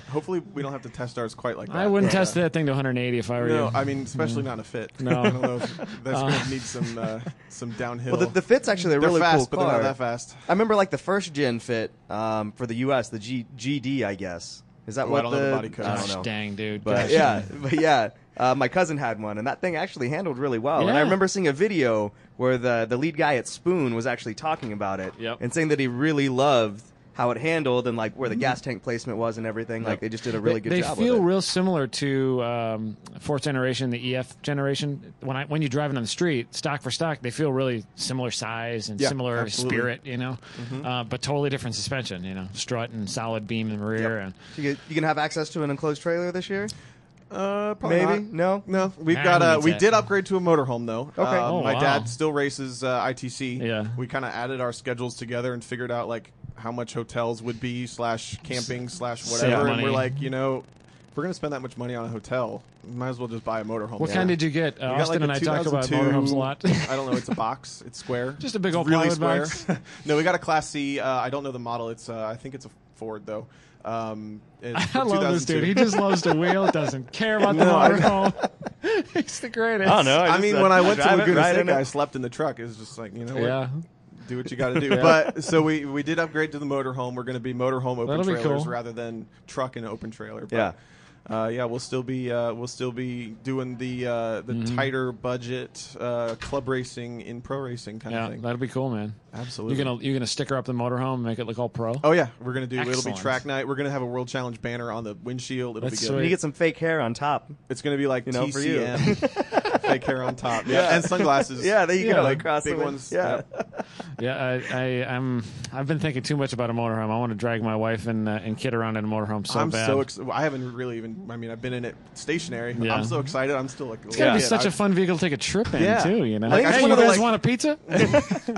Hopefully, we don't have to test ours quite like that.
I wouldn't
but, uh,
test that thing to 180 if I were
No,
you.
I mean especially not a fit.
No.
I don't know if that's going to need some uh, some downhill.
well, the, the fit's actually a
they're
really
fast,
cool
but
car.
they're not that fast.
I remember like the first gen fit um, for the U.S. the G- GD, I guess. Is that
Oh, I
what
don't
the,
know the body code.
I
Gosh,
don't know.
dang, dude.
But
Gosh.
yeah, but yeah, uh, my cousin had one, and that thing actually handled really well. And
Yeah.
I remember seeing a video where the the lead guy at Spoon was actually talking about it
Yep.
and saying that he really loved how it handled and like where the gas tank placement was and everything. Like they just did a really
Mm-hmm. They-
good
they
job.
feel
with it.
real similar to um, fourth generation, the EF generation. When I when you're driving on the street, stock for stock, they feel really similar size and
Yeah,
similar
absolutely.
spirit, you know,
Mm-hmm.
uh, but totally different suspension, you know, strut and solid beam in the rear. And
So you, you can have access to an enclosed trailer this year.
Uh, probably
Maybe
not.
no.
No, we've
Nah,
got
who
uh,
needs
we
that?
did upgrade to a motorhome though.
Okay.
Um,
Oh,
my
wow.
dad still races uh, ITC.
Yeah.
we kind of added our schedules together and figured out like how much hotels would be slash camping slash whatever, and
money.
we're like, you know, if we're gonna spend that much money on a hotel, we might as well just buy a motorhome.
What kind did you get? Uh,
We got,
Austin
like,
and I
a
talk about motorhomes
2002
a lot.
I don't know. It's a box. It's square.
Just a big
It's
old
really
plywood
square. no, we got a Class C. Uh, I don't know the model. It's uh, I think it's a Ford though. Um, it's
I
from
love this dude.
2002.
He just loves to wheel. Doesn't care about the
No, I-
motorhome. He's the greatest.
I don't know.
I
just,
mean,
uh,
when I went to
drive it,
Laguna
ride in
Seca,
it.
I slept in the truck. It was just like you know, what,
Yeah.
do what you got to do. But so we we did upgrade to the motorhome. We're going to be motorhome open
That'll be
trailers
cool.
rather than truck and open trailer. But,
Yeah.
Uh, yeah, we'll still be uh, we'll still be doing the uh, the
Mm-hmm.
tighter budget uh, club racing in pro racing kind
Yeah,
of thing.
that'll be cool, man.
Absolutely.
You're gonna you're gonna sticker up the motorhome, and make it look all pro.
Oh yeah, we're gonna do. It'll
Excellent.
be track night. We're gonna have a world challenge banner on the windshield. It'll
That's
be
sweet.
good.
You get some fake hair on top.
It's gonna be like
know, for you.
TCM, fake hair on top. Yeah, and sunglasses.
Yeah, there you
Yeah,
go.
like
across
big
the win-
ones.
Yeah.
Yeah, I, I I'm I've been thinking too much about a motorhome. I want to drag my wife and uh, and kid around in a motorhome so
I'm
bad.
so excited. I haven't really even. I mean, I've been in it stationary.
Yeah.
I'm so excited. I'm still like.
it's gonna be
yeah,
such
I-
a fun vehicle to take a trip in
Yeah.
too. You know,
Like,
hey,
I just
you
wanna,
guys
like-
want a pizza?
I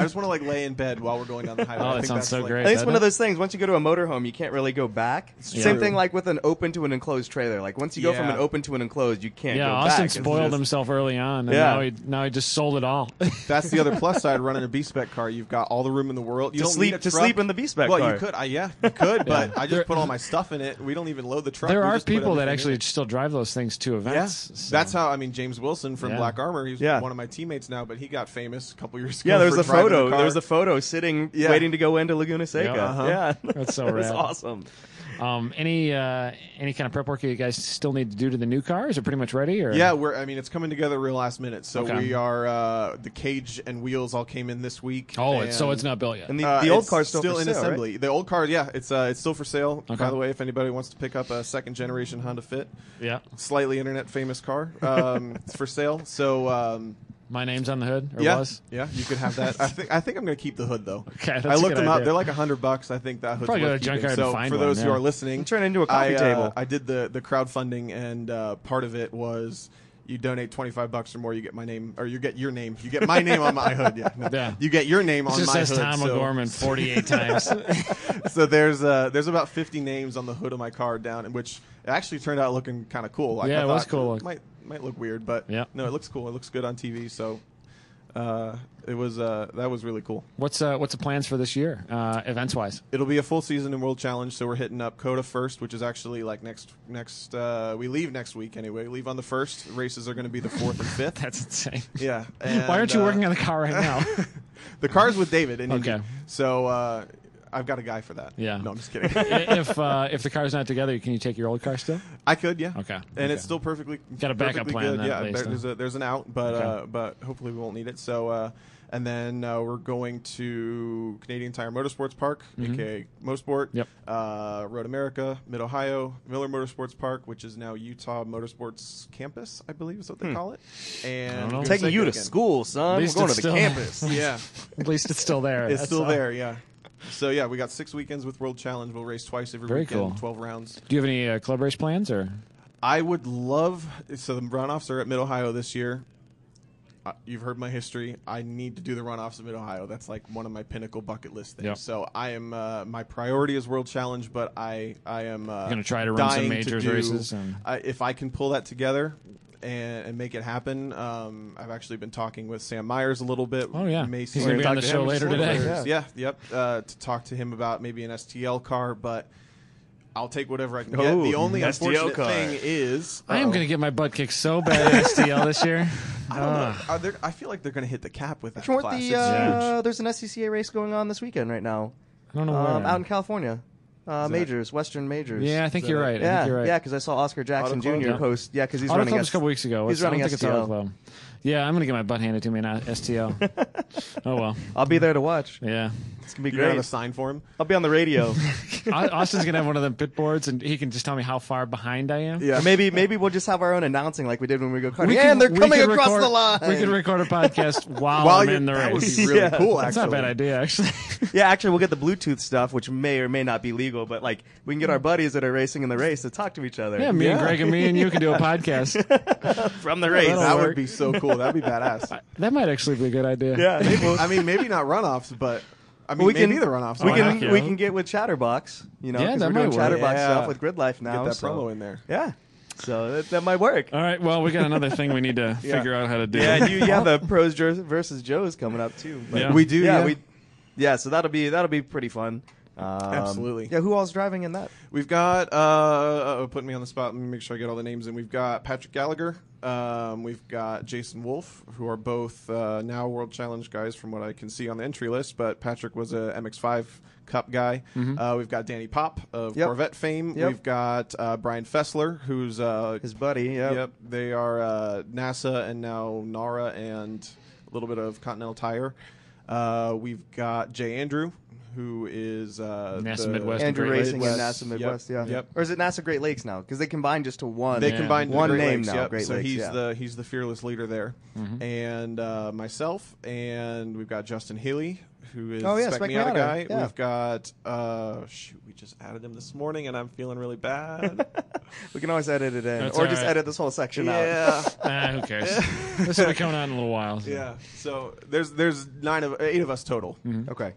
just want to like lay in bed while we're going down the highway.
Oh,
I
that
think
sounds
that's,
so
like-
great.
I think it's
That
one of those
is-
things. Once you go to a motorhome, you can't really go back. Same
true.
thing like with an open to an enclosed trailer. Like once you go from
Yeah.
an open to an enclosed, you can't
yeah,
go
Austin
back. It's
spoiled
just-
himself early on, and
Yeah.
now he now he just sold it all.
That's the other plus side. Running a B spec car, you've got all the room in the world. You
To
don't
sleep-
need a
to
truck.
sleep in the B-spec
well,
car.
you could. I yeah, you could. But I just put all my stuff in it. We don't even load the truck.
there
We
are
just put
people that
everything in
actually
it.
still drive those things to
Yeah,
events. so-
that's how I mean James Wilson from
Yeah.
Black Armor. He's
Yeah.
one of my teammates now, but he got famous a couple years ago.
Yeah, there's
for
a
driving
photo.
The car.
there's a photo sitting,
Yeah.
waiting to go into Laguna Seca.
Yeah,
Yeah,
uh-huh. That's so
it was
rad.
awesome.
Um, any uh, any kind of prep work you guys still need to do to the new car? Is it pretty much ready? Or
Yeah, we're. I mean, it's coming together real last minute. So
Okay.
we are. Uh, the cage and wheels all came in this week.
Oh, it's, so
and-
it's not built yet.
And the,
Uh,
the old
it's
car's still, for
in
sale, right?
assembly. The old car, yeah, it's uh, it's still for sale.
Okay.
By the way, if anybody wants to pick up a second generation Honda Fit,
yeah,
slightly internet famous car, um, it's for sale. So um,
my name's on the hood. Or
yeah,
was
yeah, you could have that. I think I think I'm going to keep the hood though.
Okay, that's
I
a
looked
good
them up.
idea.
They're like a hundred bucks. I think that hood's
Probably go
worth
to a
keeping.
junkyard and
So
find
for those
one,
who
yeah.
are listening,
Turn it into a
I,
coffee
uh,
table.
I did the the crowdfunding, and uh, part of it was. You donate twenty five bucks or more, you get my name, or you get your name. You get my name on my hood. Yeah, no.
Yeah.
You get your name
It
on
just
my
says
hood.
Tom
so-
O'Gorman 48 times.
so there's uh, there's about 50 names on the hood of my car down, which actually turned out looking kind of cool. Like,
Yeah,
I
it was
thought,
cool
"Oh,
look."
Might might look weird, but
Yeah.
no, it looks cool. It looks good on TV. So uh, it was uh, that was really cool.
What's uh, what's the plans for this year, uh, events wise?
It'll be a full season in World Challenge, so we're hitting up Coda first, which is actually like next next uh, we leave next week anyway. We leave on the first. Races are going to be the fourth and fifth.
That's insane.
Yeah.
Why aren't you
and, uh,
working on the car right now?
the cars with David? In
Okay.
okay. So uh, I've got a guy for that.
Yeah.
No, I'm just kidding.
I- if uh, if the car's not together, can you take your old car still?
I could, yeah.
Okay.
And
Okay.
it's still perfectly
Got a backup
perfectly
plan
Good.
then,
yeah,
at least,
there- there's, a, there's an out, but
Okay.
uh, but hopefully we won't need it. So, uh, and then uh, we're going to Canadian Tire Motorsports Park, aka Mosport.
Mm-hmm. Yep.
Uh, Road America, Mid Ohio, Miller Motorsports Park, which is now Utah Motorsports Campus, I believe is what they call it. And
Hmm. know.
Laguna
Taking
Seca
you to
again.
school, son.
At
We're
least
going
it's
to the
still-
campus.
Yeah,
At least it's still there.
it's
That's uh,
still
all.
there. Yeah. So yeah, we got six weekends with World Challenge. We'll race twice every
Very
weekend,
cool.
twelve rounds.
Do you have any uh, club race plans or?
I would love. So the runoffs are at Mid Ohio this year. Uh, you've heard my history. I need to do the runoffs at Mid Ohio. That's like one of my pinnacle bucket list things.
Yep.
So I am. Uh, my priority is World Challenge, but I I am uh,
Gonna try to run some
dying
majors
do-
races and-
I if I can pull that together. And, and make it happen. Um, I've actually been talking with Sam Myers a little bit.
Oh, yeah.
Macy,
He's gonna be on the
Talk to him
show
just a
later
little
today.
bit. Yeah, yep. Uh, to talk to him about maybe an STL car, but I'll take whatever I can get.
Ooh,
the only
STL
unfortunate
car.
thing is uh,
I am going to get my butt kicked so bad at STL this year.
I don't know.
Ah.
Are there, I feel like they're going to hit the cap with that
Weren't
class.
the,
It's huge.
uh, there's an SCCA race going on this weekend right now,
I don't know where.
um, out in California. Uh,
that-
majors, Western majors.
yeah, I think you're right. I
Yeah,
think you're right.
yeah, because I saw Oscar Jackson
Auto Club,
Jr.
yeah.
post. Yeah, because he's
Auto
running.
Club was
S-
a couple weeks ago.
He's
It's- I
running
don't think it's Auto
STL.
Club. Yeah, I'm going to get my butt handed to me in uh, STL. oh well.
I'll be there to watch.
Yeah.
It's gonna be
you gonna have a
great.
sign for him.
I'll be on the radio.
Au- Austin's going to have one of them pit boards and he can just tell me how far behind I am.
Or maybe maybe we'll just have our own announcing like we did when we go karting.
We
and
could-
they're
we
coming
could
across
record-
the line.
We could record a podcast while,
While
I'm
you-
in the
that would
race.
be really
Yeah.
cool. Actually,
That's not a bad idea, actually.
yeah, actually, we'll get the Bluetooth stuff, which may or may not be legal, but like we can get our buddies that are racing in the race to talk to each other
yeah, me and
Yeah.
Greg and me and you can do a podcast.
from the race.
that'll
That
work.
would be so cool. That'd be badass.
That might actually be a good idea.
yeah, they will.
I mean, maybe not runoffs, but I mean,
Well, we
maybe
can
the runoffs. Oh,
We
Why
can
not?
we can get with Chatterbox. You know,
Yeah,
'cause
that
we're doing
might work.
Chatterbox
Yeah.
stuff with Grid Life now.
get that
so-
promo in Uh, there.
Yeah, so that, that might work.
All right. Well, we got another thing we need to figure out how to do.
yeah, and you you have the pros Jer- versus Joes coming up too. but-
Yeah.
We do, yeah.
we yeah. So that'll be that'll be pretty fun. Um,
Absolutely.
Yeah, who all's driving in that?
We've got uh, uh putting me on the spot. Let me make sure I get all the names in. We've got Patrick Gallagher. Um, we've got Jason Wolf, who are both uh, now World Challenge guys, from what I can see on the entry list. But Patrick was a MX5 Cup guy. Uh, we've got Danny Pop of
Mm-hmm. Yep.
Corvette fame.
Yep.
We've got uh, Brian Fessler, who's uh,
His buddy. Yeah.
Yep, they are uh, NASA and now NARA and a little bit of Continental Tire. Uh, we've got Jay Andrew, who is uh,
NASA
the-
Midwest.
Andrew
Great
Racing and
Lakes.
NASA Midwest.
Yep,
Yeah.
yep.
Or is it NASA Great Lakes now? Because they combined just to one.
They
Yeah.
combined into
One
Great
name
Lakes,
now,
Yep.
Great
so
Lakes,
he's
yeah.
the he's the fearless leader there,
Mm-hmm.
and uh, myself, and we've got Justin Healy, who is
Oh, yeah,
Spec
Spec
Me Out
Miata,
guy.
yeah.
We've got uh, shoot, we just added him this morning, and I'm feeling really bad.
We can always edit it in,
That's
or
all
just
right.
edit this whole section out.
yeah.
Ah, who cares? this will be coming out in a little while. so-
Yeah. So there's there's nine of eight of us total.
Okay.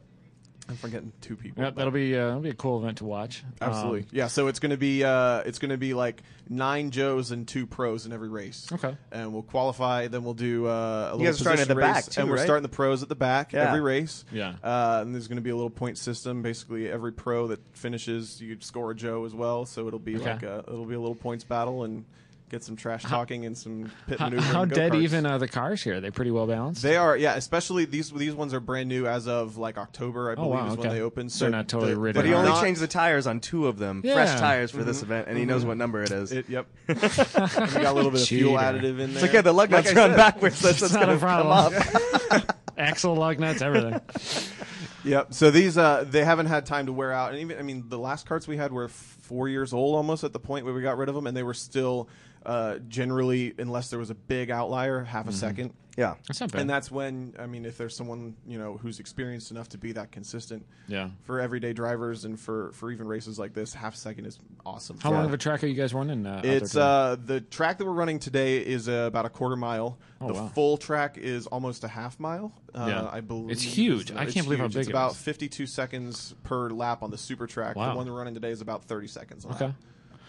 I'm forgetting two people.
Mm-hmm. Yeah, that'll be uh, that'll be a cool event to watch. Um,
Absolutely. yeah, so it's going to be uh, it's going to be like nine Joes and two pros in every race.
Okay.
And we'll qualify. Then we'll do uh, a little
guys are starting at
position
the back
race,
too,
and we're
right?
starting the pros at the back
Yeah.
every race.
Yeah.
Uh, and there's going to be a little point system. Basically, every pro that finishes, you score a Joe as well. So it'll be
Okay.
like a it'll be a little points battle and get some trash talking and some pit
how,
maneuvering.
how
and
dead
go-karts.
even are the cars here? Are they pretty well balanced?
They are, yeah. Especially these these ones are brand new as of like October, I believe,
Oh, wow,
is when
okay.
they opened.
So they're not totally
the-
ridden
But he
they're
only
not-
changed the tires on two of them,
Yeah.
fresh tires for this event, and he knows what number Mm-hmm. it is.
It, yep. we got a little bit of fuel
Cheater.
additive in
it's
there.
okay. The lug nuts
I
are on
said-
backwards. That's that's
It's not
gonna
a
come
problem.
up.
Axle lug nuts, everything.
Yep. So these uh, they haven't had time to wear out, and even I mean the last carts we had were f- four years old almost at the point where we got rid of them, and they were still uh, generally, unless there was a big outlier, half a
Mm-hmm.
second.
Yeah.
That's not bad.
And that's when I mean, if there's someone you know who's experienced enough to be that consistent,
Yeah.
for everyday drivers and for for even races like this, half second is awesome.
how long of a track are you guys running? Uh, out there
It's
today?
uh, the track that we're running today is uh, about a quarter mile. the
Oh, wow.
full track is almost a half mile. Uh,
Yeah.
I believe
It's huge. I
It's
can't believe how
huge.
big
it's
it
about
is.
52 seconds per lap on the super track.
Wow.
The one we're running today is about 30 seconds. A lap.
Okay.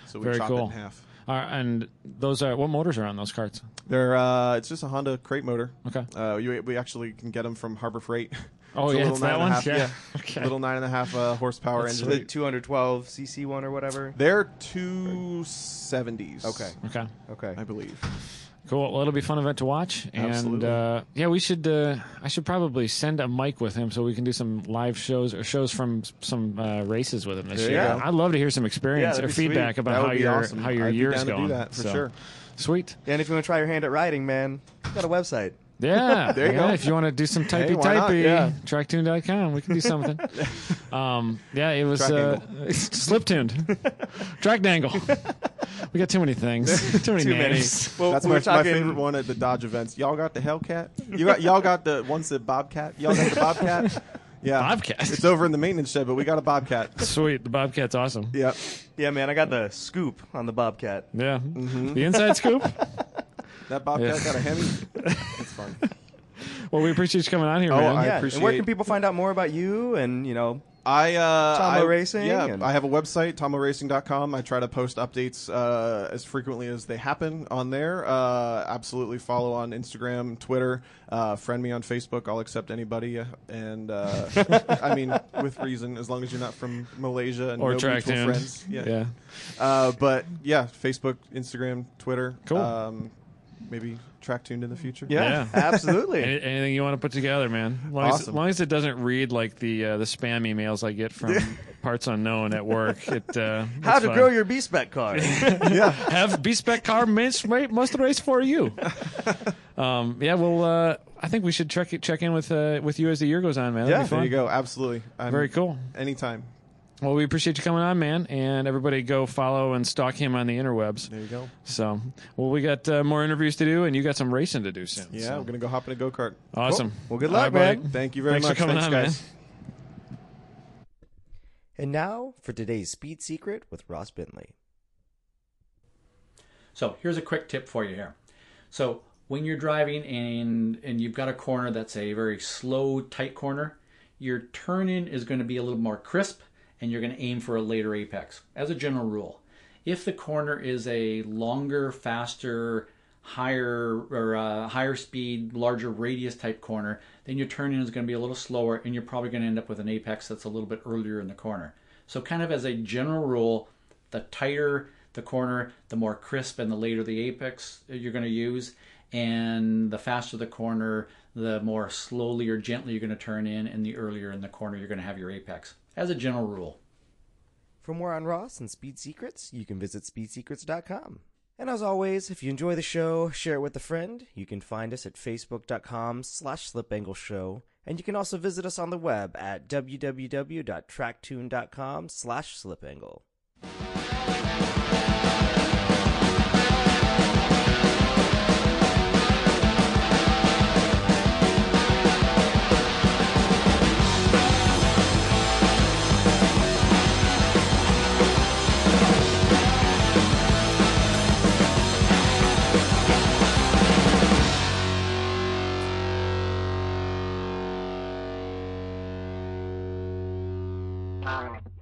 so we
Very
chop it
cool.
in half.
Uh, and those are what motors are on those carts?
They're uh, it's just a Honda crate motor.
Okay.
uh, you, we actually can get them from Harbor Freight.
Oh,
a
yeah,
little
it's
nine
that
and a
one?
half-
Yeah.
yeah,
Okay.
little nine and a half uh, horsepower engine.
The 212 cc one or whatever.
They're two seventies.
Okay.
Okay.
Okay.
I believe.
Cool. Well, it'll be a fun event to watch, and
Absolutely.
Uh, yeah, we should. Uh, I should probably send a mic with him so we can do some live shows or shows from s- some uh, races with him this
There you
year.
go.
I'd love to hear some experience
Yeah, that'd
or
be sweet.
feedback about
That would
how
be
your
awesome.
how your
I'd be
year's
down to do
going.
that, for
So,
sure.
Sweet.
And if you want to try your hand at writing, man, we got a website.
Yeah.
There you
yeah,
go.
If you want to do some typey
why not?
typey,
Yeah.
tracktune.com, we can do something. um, yeah, it was
Track
uh, slip tuned, track dangle. we got too many things, too many
Too many.
names.
Well,
That's
we
my,
were talking,
my favorite one at the Dodge events. Y'all got the Hellcat. You got y'all got the one said Bobcat. Y'all got the Bobcat. Yeah,
Bobcat.
It's over in the maintenance shed, but we got a Bobcat.
Sweet. The Bobcat's awesome.
Yeah,
Yeah, man, I got the scoop on the Bobcat.
Yeah.
Mm-hmm.
The inside scoop.
that Bobcat
Yeah.
got a Hemi. It's fun.
Well, we appreciate you coming on here,
Oh,
man.
I
yeah.
appreciate-
And where can people find out more about you and you know?
I uh,
Tomo
I-
Racing
Yeah,
and-
I have a website, tomoracing.com. I try to post updates uh, as frequently as they happen on there. Uh, absolutely follow on Instagram, Twitter, uh, friend me on Facebook. I'll accept anybody, uh, and uh, I mean with reason, as long as you're not from Malaysia and
or
no
track
mutual
tuned.
friends.
Yeah.
Uh, but yeah, Facebook, Instagram, Twitter.
Cool.
Um, maybe track tuned in the future.
Yeah.
absolutely.
Any, anything you want to put together, man? As long, as, as
Awesome.
long as it doesn't read like the uh, the spam emails I get from parts unknown at work. It uh,
How
it's
to
fine.
grow your B spec car.
have B spec car must must race for you. um, yeah. Well, uh, I think we should check it- check in with uh, with you as the year goes on, man. That'd
Yeah,
be
There
fun.
you go. Absolutely. I'm
Very cool.
Anytime.
Well, we appreciate you coming on, man, and everybody go follow and stalk him on the interwebs. There you
go.
So, well, we got uh, more interviews to do, and you got some racing to do soon.
Yeah,
so.
we're gonna go hop in a go kart.
Awesome.
Well, good
All
luck,
buddy.
man.
Thank you very
Thanks
much,
for coming
Thanks,
on,
guys.
man.
And now for today's speed secret with Ross Bentley.
So here's a quick tip for you here. So when you're driving and and you've got a corner that's a very slow, tight corner, your turn in is going to be a little more crisp and you're going to aim for a later apex as a general rule. If the corner is a longer, faster, higher or uh, higher speed, larger radius type corner, then your turn in is going to be a little slower and you're probably going to end up with an apex that's a little bit earlier in the corner. So kind of as a general rule, the tighter the corner, the more crisp and the later the apex you're going to use, and the faster the corner, the more slowly or gently you're going to turn in, and the earlier in the corner you're going to have your apex, as a general rule.
For more on Ross and Speed Secrets, you can visit speedsecrets.com. And as always, if you enjoy the show, share it with a friend. You can find us at facebook.com slash slipangleshow. And you can also visit us on the web at www.tracktune.com slash slipangle.
Bye.